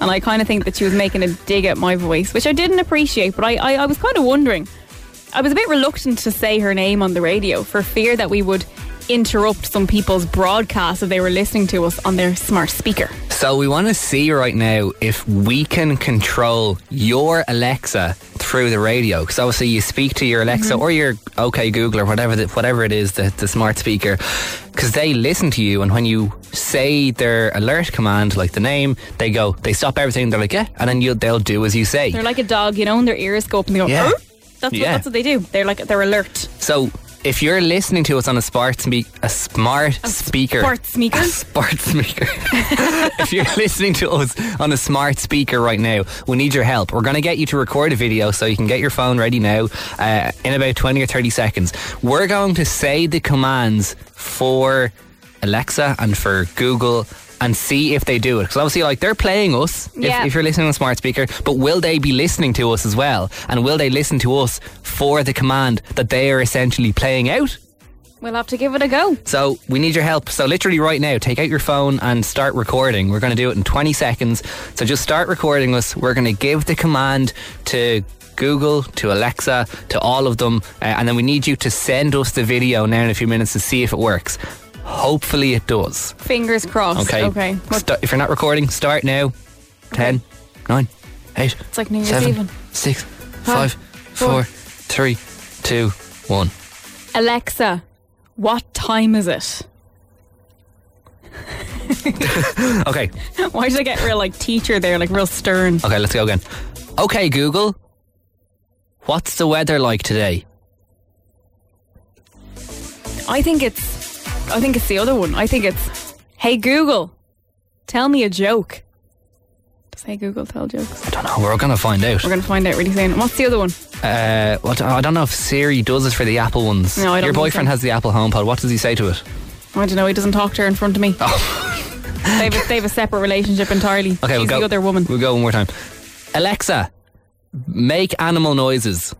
Speaker 3: and I kind of think that she was making a dig at my voice, which I didn't appreciate, but I, I, I was kind of wondering. I was a bit reluctant to say her name on the radio for fear that we would interrupt some people's broadcast if they were listening to us on their smart speaker.
Speaker 2: *laughs* So we want to see right now if we can control your Alexa through the radio. Because obviously you speak to your Alexa
Speaker 3: Mm-hmm.
Speaker 15: Mhm.
Speaker 2: or your OK Google or whatever the, whatever it is, the, the smart speaker, because they listen to you. And when you say their alert command, like the name, they go, they stop everything. They're like, yeah, and then you they'll do as you say.
Speaker 3: They're like a dog, you know, and their ears go up and they go,
Speaker 2: Yeah.
Speaker 3: "Arr!" That's, what,
Speaker 2: Yeah.
Speaker 3: that's what they do. They're like, they're alert.
Speaker 2: So if you're listening to us on a smart spe- a smart speaker,
Speaker 3: Sport sneaker.
Speaker 2: Sport *laughs* sneaker. *laughs* if you're listening to us on a smart speaker right now, we need your help. We're going to get you to record a video so you can get your phone ready now uh, in about 20 or 30 seconds. We're going to say the commands for Alexa and for Google and see if they do it. Because obviously, like, they're playing us if,
Speaker 15: Yeah.
Speaker 2: if you're listening on a smart speaker, but will they be listening to us as well? And will they listen to us for the command that they are essentially playing out?
Speaker 3: We'll have to give it a go.
Speaker 2: So we need your help. So literally right now, take out your phone and start recording. We're going to do it in 20 seconds. So just start recording us. We're going to give the command to Google, to Alexa, to all of them, uh, and then we need you to send us the video now in a few minutes to see if it works. Hopefully it does.
Speaker 3: Fingers crossed.
Speaker 2: Okay.
Speaker 3: Okay. What-
Speaker 2: Sta- if you're not recording, start now. Ten, nine, eight.
Speaker 3: It's like New Year's
Speaker 2: seven,
Speaker 3: Eve. and-
Speaker 2: six,
Speaker 3: Five,
Speaker 2: five,
Speaker 3: four.
Speaker 2: four, three, two, one.
Speaker 3: Alexa, what time is it? *laughs*
Speaker 2: Okay.
Speaker 3: Why did I get real like teacher there, like real stern?
Speaker 2: Okay, let's go again. Okay, Google. What's the weather like today?
Speaker 3: I think it's, I think it's the other one. I think it's, hey Google, tell me a joke. Does hey Google tell jokes?
Speaker 2: I don't know. We're going to find out.
Speaker 3: We're gonna find out really soon. What's the other one?
Speaker 2: Uh, what, I don't know if Siri does this for the Apple ones.
Speaker 3: No, I don't
Speaker 2: Your
Speaker 3: think
Speaker 2: boyfriend
Speaker 3: so.
Speaker 2: has the Apple HomePod. What does he say to it?
Speaker 3: I don't know. He doesn't talk to her in front of me. they, have a, they have a separate relationship entirely.
Speaker 2: Oh. Okay,
Speaker 3: She's
Speaker 2: we'll go.
Speaker 3: the other woman.
Speaker 2: We'll go one more time. Alexa, make animal noises.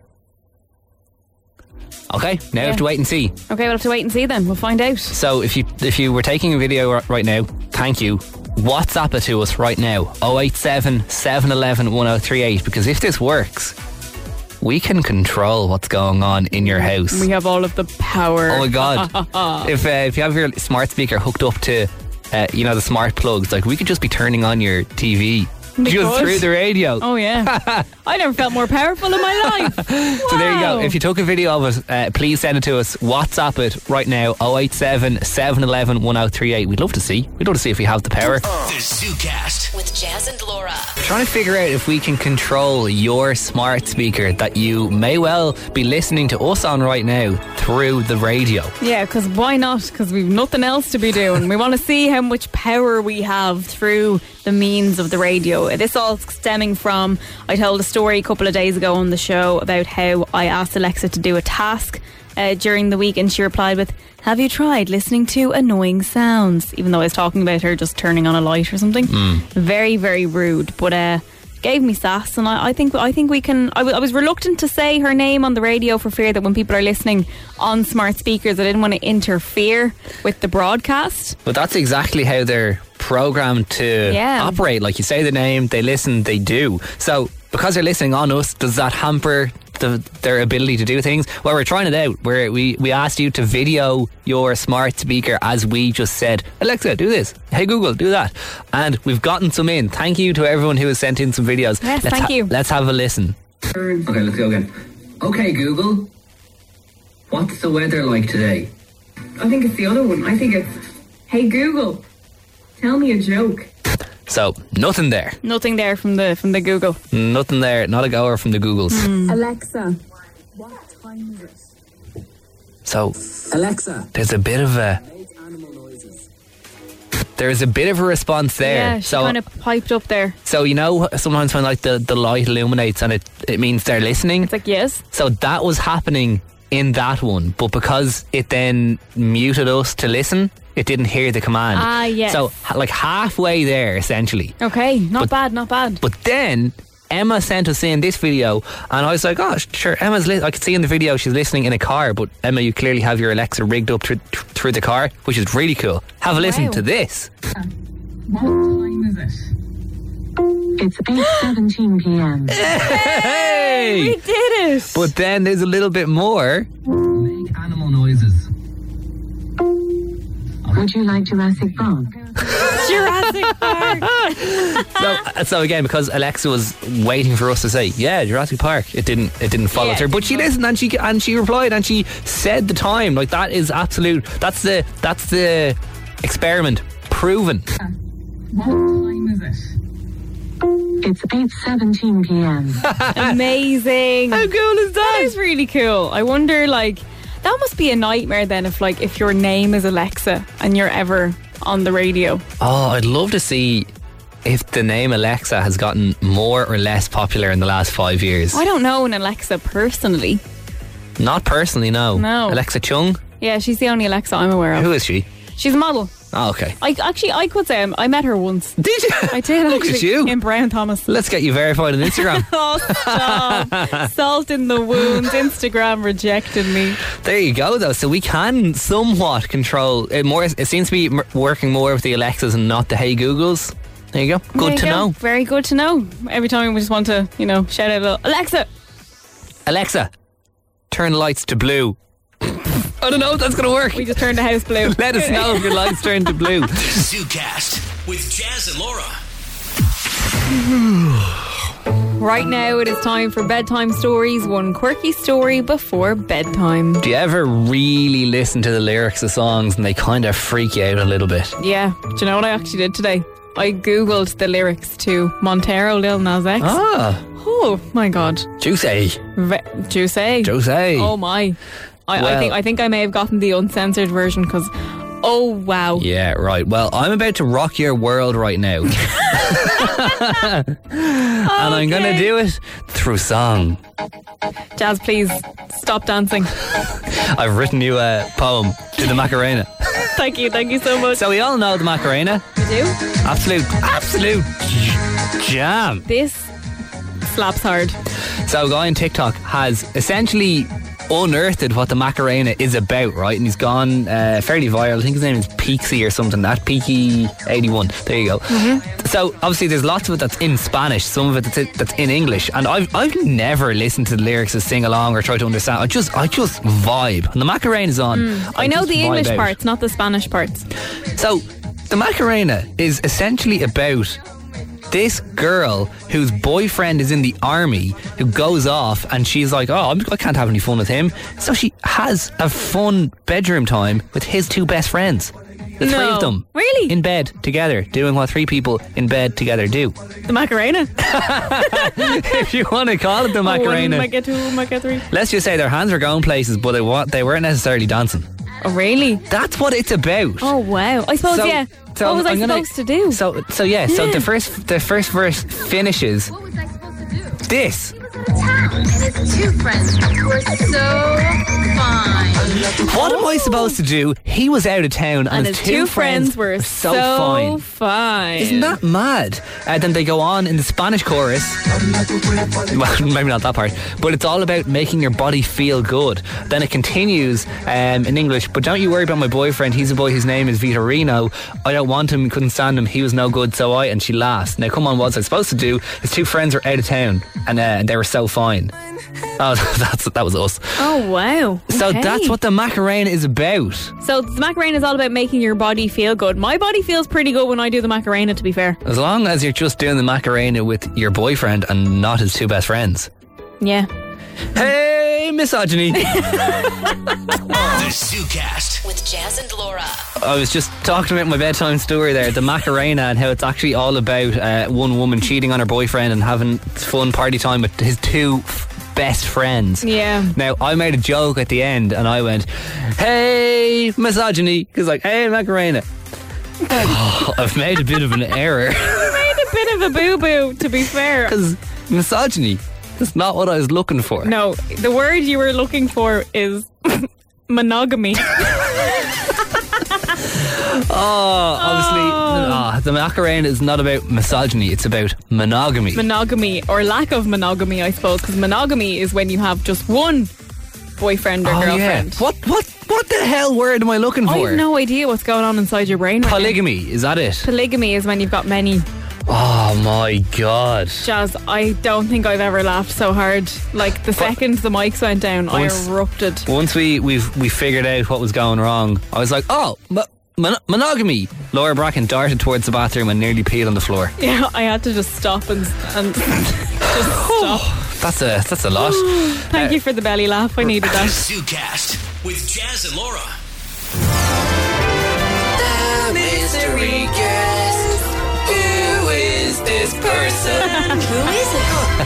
Speaker 2: Okay, now we
Speaker 3: Yeah.
Speaker 2: have to wait and see.
Speaker 3: Okay, we'll have to wait and see then. We'll find out.
Speaker 2: So if you if you were taking a video ri- right now, thank you. WhatsApp it to us right now 087 711 1038 because if this works, we can control what's going on in your house.
Speaker 3: We have all of the power.
Speaker 2: Oh my god!
Speaker 3: *laughs*
Speaker 2: if uh, if you have your smart speaker hooked up to, uh, you know, the smart plugs, like we could just be turning on your TV.
Speaker 3: They
Speaker 2: just
Speaker 3: could.
Speaker 2: through the radio.
Speaker 3: Oh
Speaker 2: *laughs*
Speaker 3: yeah, I never felt more powerful in my life.
Speaker 2: So there you go.
Speaker 3: Wow.
Speaker 2: If you took a video of it, uh, please send it to us. WhatsApp it right now 087 711 1038. We'd love to see. We'd love to see if we have the power.
Speaker 3: Oh,
Speaker 5: Uh.
Speaker 1: The ZooCast.
Speaker 6: With Jazz and Laura.
Speaker 2: Trying to figure out if we can control your smart speaker that you may well be listening to us on right now through the radio.
Speaker 3: Yeah, because why not? Because we've nothing else to be doing. we want to see how much power we have through the means of the radio. This all stemming from I told a story a couple of days ago on the show about how I asked Alexa to do a task uh, during the week, and she replied with, "Have you tried listening to annoying sounds?" Even though I was talking about her just turning on a light or something.
Speaker 2: Hmm.
Speaker 15: Mm.
Speaker 3: Very, very rude, but. Uh, Gave me sass, and I, I think I think we can. I, w- I was reluctant to say her name on the radio for fear that when people are listening on smart speakers, I didn't want to interfere with the broadcast.
Speaker 2: But that's exactly how they're programmed to
Speaker 3: Yeah.
Speaker 2: operate. Like you say the name, they listen, they do. So because they're listening on us, does that hamper the, their ability to do things? Well, we're trying it out. Where we we asked you to video your smart speaker as we just said, Alexa, do this. Hey Google, do that. And we've gotten some in. Thank you to everyone who has sent in some videos.
Speaker 3: Yes,
Speaker 2: let's
Speaker 3: thank you.
Speaker 2: Let's have a listen.
Speaker 16: Okay, let's go again. Okay, Google, what's the weather like today?
Speaker 17: I think it's the other one. I think it's, hey Google, tell me a joke.
Speaker 2: So nothing there.
Speaker 3: Nothing there from the from the Google.
Speaker 2: Nothing there. Not a goer from the Googles.
Speaker 3: Hmm.
Speaker 17: Alexa, what time is it?
Speaker 2: So
Speaker 17: Alexa.
Speaker 2: there's a bit of a there is a bit of a response there.
Speaker 3: Yeah, she
Speaker 2: so
Speaker 3: kind of piped up there.
Speaker 2: so you know sometimes when like the, the light illuminates and it, it means they're listening. It's
Speaker 3: like yes.
Speaker 2: So that was happening in that one, but because it then muted us to listen, it didn't hear the command.
Speaker 3: Ah, yes.
Speaker 2: So h- like halfway there essentially.
Speaker 3: Okay, not bad, not bad.
Speaker 2: But then Emma sent us in this video, and I was like, "Oh, sure." Emma's. Li- I could see in the video she's listening in a car, but Emma, you clearly have your Alexa rigged up thr- thr- through the car, which is really cool. Have a listen
Speaker 17: Wow.
Speaker 2: to this.
Speaker 17: What time is it? It's 8.17 p.m.
Speaker 2: Hey, we
Speaker 3: did it!
Speaker 2: But then there's a little bit more.
Speaker 16: Animal noises.
Speaker 17: Would you like Jurassic Park?
Speaker 3: Jurassic
Speaker 2: *laughs*
Speaker 3: Park!
Speaker 2: So, uh, so again, because Alexa was waiting for us to say, "Yeah, Jurassic Park," it didn't. It didn't follow
Speaker 3: Yeah,
Speaker 2: through. But she listened and she and she replied and she said the time. Like that is absolute. That's the that's the experiment proven.
Speaker 17: What time is it? It's 8.17 p.m.
Speaker 3: Amazing. How
Speaker 2: cool is that?
Speaker 3: That is really cool. I wonder like that must be a nightmare then if like if your name is Alexa and you're ever on the radio.
Speaker 2: Oh, I'd love to see if the name Alexa has gotten more or less popular in the last five years.
Speaker 3: I don't know an Alexa personally.
Speaker 2: Not personally, no.
Speaker 3: No.
Speaker 2: Alexa Chung.
Speaker 3: Yeah, she's the only Alexa I'm aware of.
Speaker 2: Who is she?
Speaker 3: She's a model.
Speaker 2: Oh, okay.
Speaker 3: I actually I could say I'm- I met her once.
Speaker 2: Did you? *laughs*
Speaker 3: I did
Speaker 2: Look at
Speaker 3: actually.
Speaker 2: you.
Speaker 3: in Brown
Speaker 2: *laughs*
Speaker 3: Thomas.
Speaker 2: Let's get you verified
Speaker 3: *laughs*
Speaker 2: on Instagram.
Speaker 3: oh, stop. Salt in the wounds. Instagram rejected me.
Speaker 2: There you go, though. So we can somewhat control it. More, it seems to be m- working more with the Alexas and not the Hey Googles. There you go. Good
Speaker 3: There you
Speaker 2: to
Speaker 3: go.
Speaker 2: know,
Speaker 3: Very good to know. Every time we just want to, you know, shout out a little, Alexa.
Speaker 2: Alexa. Turn lights to blue. I don't know if that's going to work.
Speaker 3: We just turned the house blue.
Speaker 2: *laughs* Let us know if your lights turn
Speaker 3: *laughs*
Speaker 2: to blue.
Speaker 1: ZooCast with Jazz and Laura.
Speaker 3: Right now, it is time for bedtime stories. One quirky story before bedtime.
Speaker 2: Do you ever really listen to the lyrics of songs and they kind of freak you out a little bit?
Speaker 3: Yeah. Do you know what I actually did today? I googled the lyrics to Montero, Lil Nas X.
Speaker 2: Ah.
Speaker 3: Oh my god.
Speaker 2: Juicy.
Speaker 3: Ve- Juicy.
Speaker 2: Juicy.
Speaker 3: Oh my. I, I
Speaker 2: Well-
Speaker 3: think I think I may have gotten the uncensored version because, oh wow.
Speaker 2: Yeah, right. Well, I'm about to rock your world right now. *laughs* And I'm going to do it through song.
Speaker 3: Jazz, please stop
Speaker 2: *laughs*
Speaker 3: dancing.
Speaker 2: I've written you a poem to the Macarena.
Speaker 3: thank you, thank you so much.
Speaker 2: So we all know the Macarena.
Speaker 3: We do.
Speaker 2: Absolute, absolute j- jam.
Speaker 3: This slaps hard.
Speaker 2: So a guy on TikTok has essentially unearthed what the Macarena is about, right? And he's gone uh, fairly viral. I think his name is Peaksy or something. That E Peaky81. There you go.
Speaker 3: Mm-hmm.
Speaker 2: So obviously there's lots of it that's in Spanish, some of it that's, that's in English, and I've I've never listened to the lyrics to sing along or try to understand. I just I just vibe. And the Macarena is on.
Speaker 3: Mm. I know
Speaker 2: just
Speaker 3: the
Speaker 2: vibe
Speaker 3: English
Speaker 2: out.
Speaker 3: parts, not the Spanish parts.
Speaker 2: So the Macarena is essentially about This girl whose boyfriend is in the army who goes off and she's like, oh, I'm- I can't have any fun with him. So she has a fun bedroom time with his two best friends. The three
Speaker 3: No.
Speaker 2: of them. Really? In bed together, doing what three people in bed together do. *laughs*
Speaker 3: The Macarena.
Speaker 2: if you want to call it the
Speaker 3: *laughs*
Speaker 2: Macarena.
Speaker 3: Oh, one, Maca two, Maca three.
Speaker 2: Let's just say their hands were going places, but they, wa- they weren't necessarily dancing.
Speaker 3: Oh, really?
Speaker 2: That's what it's about.
Speaker 3: Oh, wow. I suppose,
Speaker 2: So-
Speaker 3: yeah.
Speaker 2: so
Speaker 3: what was I
Speaker 2: I'm gonna-
Speaker 3: supposed to do?
Speaker 2: So, So yeah, so
Speaker 3: Yeah.
Speaker 2: the first the first verse finishes. What was I supposed to do? This.
Speaker 15: town, and it's two friends who are so fine.
Speaker 2: What am I supposed to do? He was out of town, and,
Speaker 3: and his two friends were
Speaker 2: so fine.
Speaker 3: fine.
Speaker 2: Isn't that mad? And then they go on in the Spanish chorus. *laughs* Well, maybe not that part, but it's all about making your body feel good. Then it continues um, in English. But don't you worry about my boyfriend. He's a boy whose name is Vitorino. I don't want him. Couldn't stand him. He was no good. So I and she laughs. Now come on, what's I supposed to do? His two friends are out of town, and uh, they were so fine. *laughs* Oh, that's that was us.
Speaker 3: Oh, wow.
Speaker 2: So
Speaker 3: Okay.
Speaker 2: that's what the Macarena is about.
Speaker 3: So the Macarena is all about making your body feel good. My body feels pretty good when I do the Macarena, to be fair.
Speaker 2: As long as you're just doing the Macarena with your boyfriend and not his two best friends.
Speaker 3: Yeah.
Speaker 2: Hey, misogyny. *laughs*
Speaker 1: The ZooCast.
Speaker 6: With Jazz and Laura.
Speaker 2: I was just talking about my bedtime story there, the Macarena, and how it's actually all about uh, one woman cheating on her boyfriend and having fun party time with his two f- best
Speaker 3: *laughs*
Speaker 2: friends.
Speaker 3: Yeah.
Speaker 2: Now, I made a joke at the end and I went, hey, misogyny. Because, like, hey, Macarena. *sighs* Oh, I've made a bit
Speaker 3: *laughs*
Speaker 2: of an error. *laughs*
Speaker 3: You made a bit of a boo boo, to be *laughs* fair.
Speaker 2: Because misogyny, that's not what I was looking for.
Speaker 3: No, the word you were looking for is *laughs* monogamy.
Speaker 2: Oh, obviously,
Speaker 3: Oh.
Speaker 2: ah, the Macarena is not about misogyny, it's about monogamy.
Speaker 3: monogamy or lack of monogamy, I suppose, because monogamy is when you have just one boyfriend or
Speaker 2: Oh, yeah.
Speaker 3: girlfriend.
Speaker 2: What what what the hell word am I looking
Speaker 18: Oh,
Speaker 3: I
Speaker 2: for?
Speaker 3: have no idea what's going on inside your brain. Right now.
Speaker 2: Polygamy, is that it?
Speaker 3: Polygamy is when you've got many.
Speaker 2: Oh my god.
Speaker 3: Jazz, I don't think I've ever laughed so hard. Like the second the mics went down, I
Speaker 2: Once-
Speaker 3: erupted. *laughs*
Speaker 2: Once we we've we figured out what was going wrong, I was like, oh, mo- mon- monogamy. Laura Bracken darted towards the bathroom and nearly peed on the floor.
Speaker 3: Yeah, I had to just stop and and *laughs* just stop.
Speaker 2: That's a that's a lot.
Speaker 3: Thank you for the belly laugh. I needed
Speaker 1: The *laughs*
Speaker 3: that.
Speaker 1: ZooCast with Jazz and Laura.
Speaker 18: The *gasps* mystery guest. Who is this person? Who is it?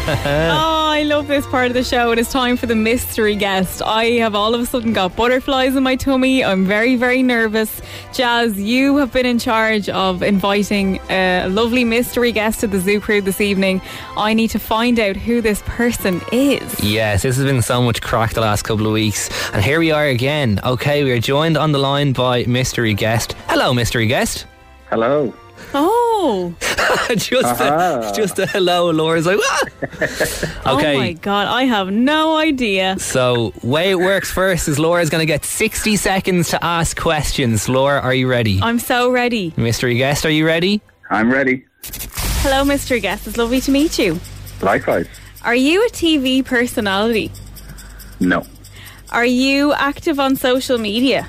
Speaker 3: oh, I love this part of the show. It is time for the mystery guest. I have all of a sudden got butterflies in my tummy. I'm very, very nervous. Jazz, you have been in charge of inviting a lovely mystery guest to the zoo crew this evening. I need to find out who this person is.
Speaker 2: *laughs* Yes, this has been so much crack the last couple of weeks, and here we are again. Okay, we are joined on the line by mystery guest. Hello, mystery guest.
Speaker 19: Hello.
Speaker 3: Oh,
Speaker 2: just a, just a hello, Laura's like. "Ah!" okay,
Speaker 3: *laughs* oh my god, I have no idea.
Speaker 2: So, way it works first is Laura's going to get 60 seconds to ask questions. Laura, are you ready?
Speaker 3: I'm so ready.
Speaker 2: Mystery guest, are you ready?
Speaker 19: I'm ready.
Speaker 3: Hello, mystery guest. It's lovely to meet you.
Speaker 19: Likewise.
Speaker 3: Are you a TV personality?
Speaker 19: No.
Speaker 3: Are you active on social media?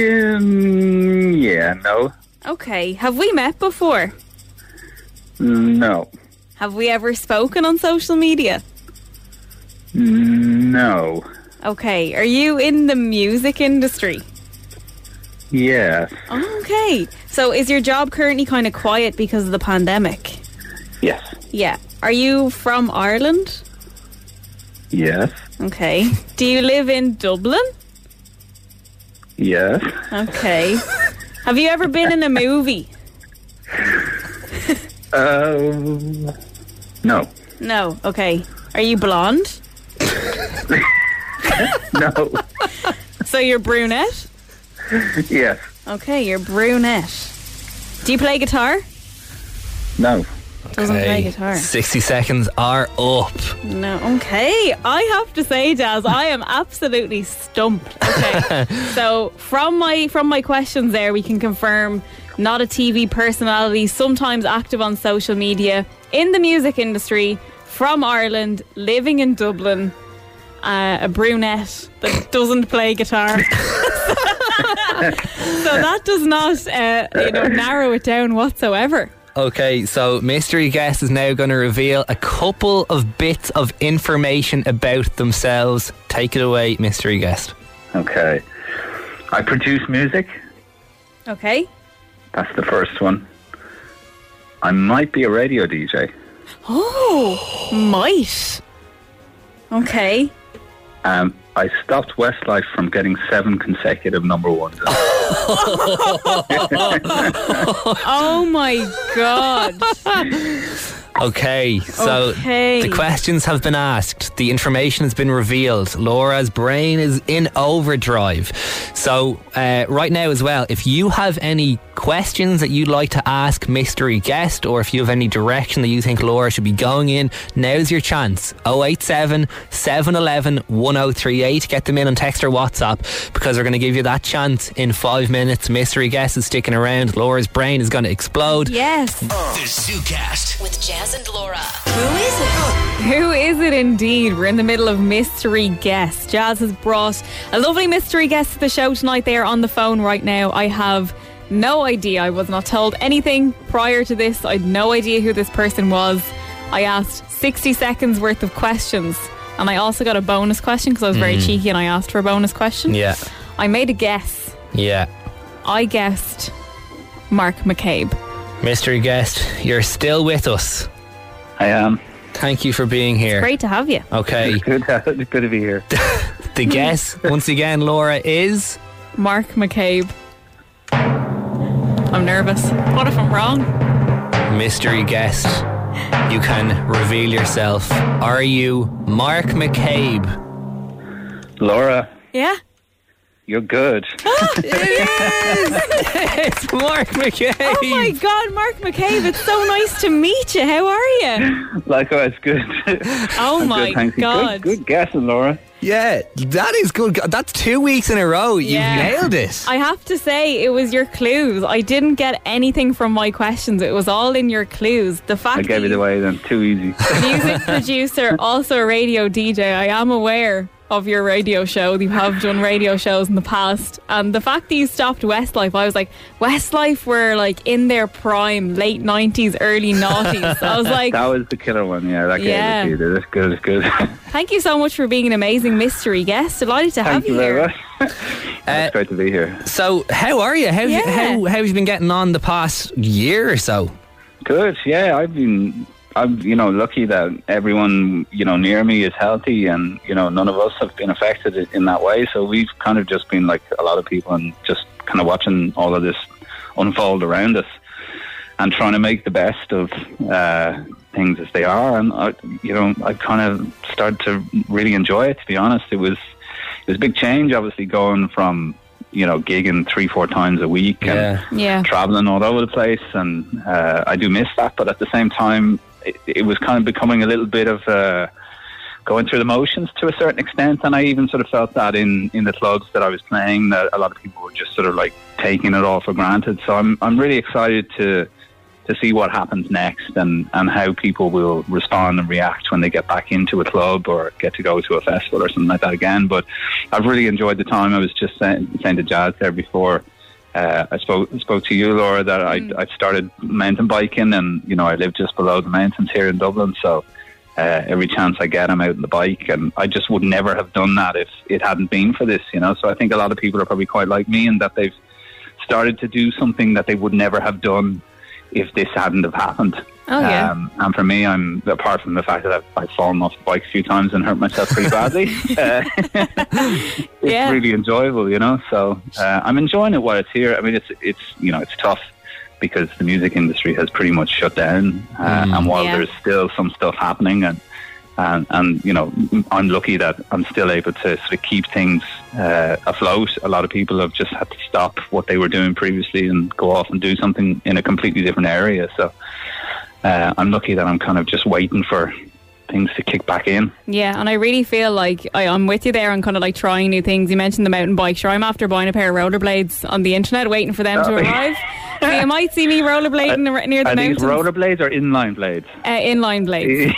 Speaker 19: Um, yeah, no.
Speaker 3: Okay. Have we met before?
Speaker 19: No.
Speaker 3: Have we ever spoken on social media?
Speaker 19: No.
Speaker 3: Okay. Are you in the music industry?
Speaker 19: Yes.
Speaker 3: Okay. So is your job currently kind of quiet because of the pandemic?
Speaker 19: Yes.
Speaker 3: Yeah. Are you from Ireland?
Speaker 19: Yes.
Speaker 3: Okay. Do you live in Dublin?
Speaker 19: Yes.
Speaker 3: Okay. Have you ever been in a movie?
Speaker 19: Um, no.
Speaker 3: No. Okay. Are you blonde?
Speaker 19: *laughs* No.
Speaker 3: So you're brunette?
Speaker 19: yes.
Speaker 3: Okay, you're brunette. Do you play guitar?
Speaker 19: No.
Speaker 3: Doesn't play guitar.
Speaker 2: 60 seconds are up.
Speaker 3: No. Okay. I have to say, Daz, I am absolutely stumped. Okay. so from my from my questions there, we can confirm not a TV personality, sometimes active on social media, in the music industry, from Ireland, living in Dublin, uh, a brunette that *laughs* doesn't play guitar. *laughs* so that does not uh, you know narrow it down whatsoever.
Speaker 2: Okay, so mystery guest is now going to reveal a couple of bits of information about themselves. Take it away, mystery guest.
Speaker 19: Okay. I produce music.
Speaker 9: Okay.
Speaker 19: That's the first one. I might be a radio DJ.
Speaker 9: Oh, might. Okay.
Speaker 19: Um, I stopped Westlife from getting seven consecutive number ones.
Speaker 9: oh my god.
Speaker 2: Okay, so
Speaker 9: Okay.
Speaker 2: the questions have been asked, the information has been revealed. Laura's brain is in overdrive. So, uh, right now as well, if you have any questions that you'd like to ask mystery guest, or if you have any direction that you think Laura should be going in, now's your chance. 087 711 1038. Get them in on text or WhatsApp because we're going to give you that chance in five minutes. Mystery guest is sticking around. Laura's brain is going to explode.
Speaker 9: Yes.
Speaker 1: The ZooCast.
Speaker 6: With Jazz and Laura.
Speaker 3: Who is it? Who is it indeed? We're in the middle of mystery guest. Jazz has brought a lovely mystery guest to the show tonight. They are on the phone right now. I have no idea. I was not told anything prior to this. I had no idea who this person was. I asked 60 seconds worth of questions. And I also got a bonus question because I was very
Speaker 2: Mm.
Speaker 3: cheeky and I asked for a bonus question.
Speaker 2: Yeah.
Speaker 3: I made a guess.
Speaker 2: Yeah.
Speaker 3: I guessed Mark McCabe.
Speaker 2: Mystery guest, you're still with us.
Speaker 19: I am.
Speaker 2: Thank you for being here.
Speaker 3: Great to have you.
Speaker 2: Okay.
Speaker 19: Good, good to be here.
Speaker 2: *laughs* the guess, once again, Laura, is.
Speaker 3: Mark McCabe. I'm nervous. What if I'm wrong?
Speaker 2: Mystery guest, you can reveal yourself. Are you Mark McCabe? *laughs*
Speaker 19: Laura,
Speaker 3: Yeah.
Speaker 19: you're good.
Speaker 2: it's Mark McCabe.
Speaker 3: Oh my God, Mark McCabe! It's so nice to meet you. How are you?
Speaker 19: *laughs* Likewise, good.
Speaker 3: *laughs* Oh
Speaker 19: I'm
Speaker 3: my
Speaker 19: good, thank you.
Speaker 3: God.
Speaker 19: Good, good guessing, Laura.
Speaker 2: Yeah, that is good. That's two weeks in a row.
Speaker 3: Yeah.
Speaker 2: You've nailed it.
Speaker 3: I have to say, it was your clues. I didn't get anything from my questions. It was all in your clues. The
Speaker 19: I
Speaker 3: fact
Speaker 19: gave it away then. Too easy. *laughs*
Speaker 3: music producer, also a radio DJ. I am aware of your radio show. You have done radio shows in the past. And the fact that you stopped Westlife, I was like, Westlife were like in their prime, late 90s, early
Speaker 19: *laughs*
Speaker 3: noughties. I was like,
Speaker 19: that was the killer one. Yeah, that
Speaker 3: Yeah.
Speaker 19: gave it to you. That's good. That's good.
Speaker 3: thank you so much for being an amazing mystery guest. Delighted to
Speaker 19: *laughs*
Speaker 3: have
Speaker 19: Thank
Speaker 3: you
Speaker 19: you
Speaker 3: here.
Speaker 19: very much. *laughs* it's great to be here.
Speaker 2: So, how are you? How have you-
Speaker 3: Yeah.
Speaker 2: how, how have you been getting on the past year or so?
Speaker 19: Good. Yeah, I've been. I'm, you know, lucky that everyone, you know, near me is healthy, and you know, none of us have been affected i- in that way. So we've kind of just been like a lot of people, and just kind of watching all of this unfold around us, and trying to make the best of uh, things as they are. And I, you know, I kind of started to really enjoy it. To be honest, it was it was a big change, obviously, going from you know gigging three, four times a week, and
Speaker 3: Yeah.
Speaker 19: traveling all over the place, and uh, I do miss that. But at the same time, it, it was kind of becoming a little bit of uh, going through the motions to a certain extent, and I even sort of felt that in in the clubs that I was playing, that a lot of people were just sort of like taking it all for granted. So I'm I'm really excited to to see what happens next and, and how people will respond and react when they get back into a club or get to go to a festival or something like that again. But I've really enjoyed the time. I was just saying, saying to Jazz there before uh, I spoke spoke to you, Laura, that I I started mountain biking and you know I live just below the mountains here in Dublin, so. Uh, every chance I get, I'm out on the bike, and I just would never have done that if it hadn't been for this, you know. So I think a lot of people are probably quite like me in that they've started to do something that they would never have done if this hadn't have happened.
Speaker 18: Oh, yeah.
Speaker 19: Um, and for me, I'm apart from the fact that I've, I've fallen off the bike a few times and hurt myself
Speaker 18: *laughs*
Speaker 19: pretty badly. uh, *laughs* it's
Speaker 18: Yeah.
Speaker 19: really enjoyable, you know. So uh, I'm enjoying it while it's here. I mean, it's it's you know it's tough because the music industry has pretty much shut down, uh, and while
Speaker 18: Yeah.
Speaker 19: there's still some stuff happening and. And, and you know I'm lucky that I'm still able to sort of keep things uh, afloat. A lot of people have just had to stop what they were doing previously and go off and do something in a completely different area. So uh, I'm lucky that I'm kind of just waiting for things to kick back in.
Speaker 3: Yeah, and I really feel like I, I'm with you there on kind of like trying new things. You mentioned the mountain bike. Sure, I'm after buying a pair of rollerblades on the internet, waiting for them to
Speaker 19: Oh, yeah.
Speaker 3: arrive. So you might
Speaker 19: *laughs*
Speaker 3: see me rollerblading ar- near the
Speaker 19: Are these
Speaker 3: mountains.
Speaker 19: rollerblades or inline
Speaker 3: *laughs*
Speaker 19: blades?
Speaker 3: uh, inline blades.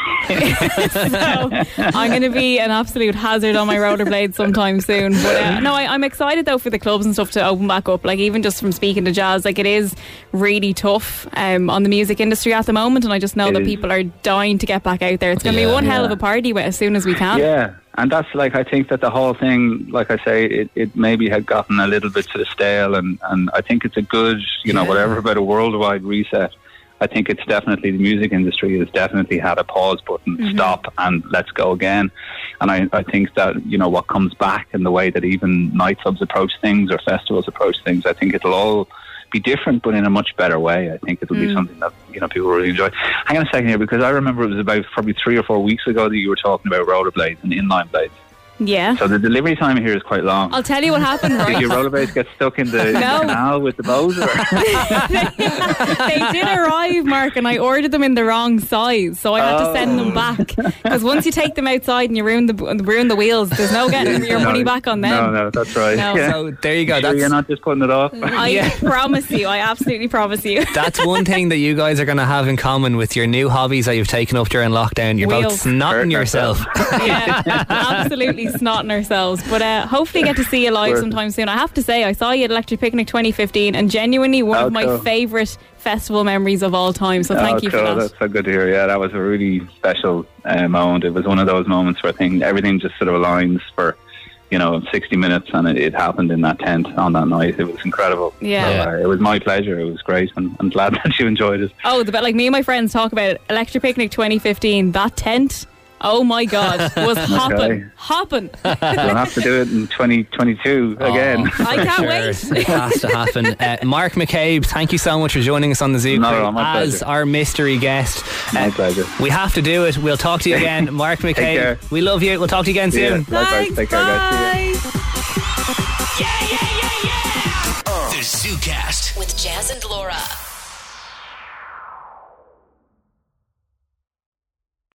Speaker 3: *laughs* so I'm going to be an absolute hazard on my rollerblades sometime soon. But uh, no, I, I'm excited though for the clubs and stuff to open back up. Like even just from speaking to jazz, like it is really tough um, on the music industry at the moment, and I just know
Speaker 19: It
Speaker 3: that
Speaker 19: is.
Speaker 3: people are dying to get back out there. It's going to
Speaker 19: Yeah.
Speaker 3: be one hell of
Speaker 19: Yeah.
Speaker 3: a party with as soon as we can.
Speaker 19: Yeah, and that's like I think that the whole thing, like I say, it, it maybe had gotten a little bit sort of stale, and and I think it's a good, you know, whatever about a worldwide reset. I think it's definitely the music industry has definitely had a pause button,
Speaker 20: Mhm.
Speaker 19: stop, and let's go again. And I, I think that you know what comes back and the way that even nightclubs approach things or festivals approach things, I think it'll all be different, but in a much better way. I think it'll be
Speaker 20: Mm.
Speaker 19: something that you know people really enjoy. Hang on a second here, because I remember it was about probably three or four weeks ago that you were talking about rollerblades and inline blades.
Speaker 3: Yeah.
Speaker 19: So the delivery time here is quite long.
Speaker 3: I'll tell you what happened,
Speaker 19: *laughs*
Speaker 3: right?
Speaker 19: Did your rollerblades get stuck in the, in the
Speaker 3: *laughs* No.
Speaker 19: canal with the boat? Or?
Speaker 3: they did arrive, Mark, and I ordered them in the wrong size, so I had to send
Speaker 19: Oh.
Speaker 3: them back. Because once you take them outside and you ruin the ruin the wheels, there's no getting *laughs*
Speaker 19: *laughs*
Speaker 3: your
Speaker 19: No,
Speaker 3: money back on
Speaker 19: No,
Speaker 3: them.
Speaker 19: no, that's right. *laughs*
Speaker 3: No. So
Speaker 19: there you go. Sure you're not just putting it off.
Speaker 3: I
Speaker 19: *laughs*
Speaker 3: *laughs* promise you, I absolutely promise you.
Speaker 21: That's one thing that you guys are going to have in common with your new hobbies that you've taken up during lockdown. You're both
Speaker 3: Wheels.
Speaker 21: snotting yourself.
Speaker 3: yeah, absolutely snotting ourselves. But uh, hopefully, get to see you live
Speaker 21: Worth it.
Speaker 3: sometime soon. I have to say, I saw you at Electric Picnic 2015, and genuinely one
Speaker 19: Oh,
Speaker 3: of my
Speaker 19: cool.
Speaker 3: favourite festival memories of all time. So thank
Speaker 19: oh,
Speaker 3: you
Speaker 19: cool.
Speaker 3: for that.
Speaker 19: That's so good to hear. Yeah, that was a really special uh, moment. It was one of those moments where thing everything just sort of aligns for you know 60 minutes, and it, it happened in that tent on that night. It was incredible.
Speaker 3: Yeah.
Speaker 19: So, uh, it was my pleasure. It was great, and I'm glad *laughs* that you enjoyed it.
Speaker 3: Oh, the, but like me and my friends talk about it. Electric Picnic 2015, that tent. Oh my God,
Speaker 19: *laughs*
Speaker 3: was
Speaker 19: Okay.
Speaker 3: hopping, hopping.
Speaker 19: We'll have to do it in 2022 again.
Speaker 3: I can't wait.
Speaker 21: it has to
Speaker 3: *laughs*
Speaker 21: happen. Uh, Mark McCabe, thank you so much for joining us on the Zoo
Speaker 19: Not at
Speaker 21: Crew
Speaker 19: all, my
Speaker 21: as
Speaker 19: pleasure.
Speaker 21: our mystery guest.
Speaker 19: *laughs* My pleasure.
Speaker 21: We have to do it. We'll talk to
Speaker 19: *laughs*
Speaker 21: you again, Mark McCabe.
Speaker 19: care.
Speaker 21: We love you. We'll talk to you again
Speaker 19: Yeah,
Speaker 21: soon.
Speaker 19: likewise. Take care, guys. See ya.
Speaker 1: The ZooCast.
Speaker 6: With Jazz and Laura.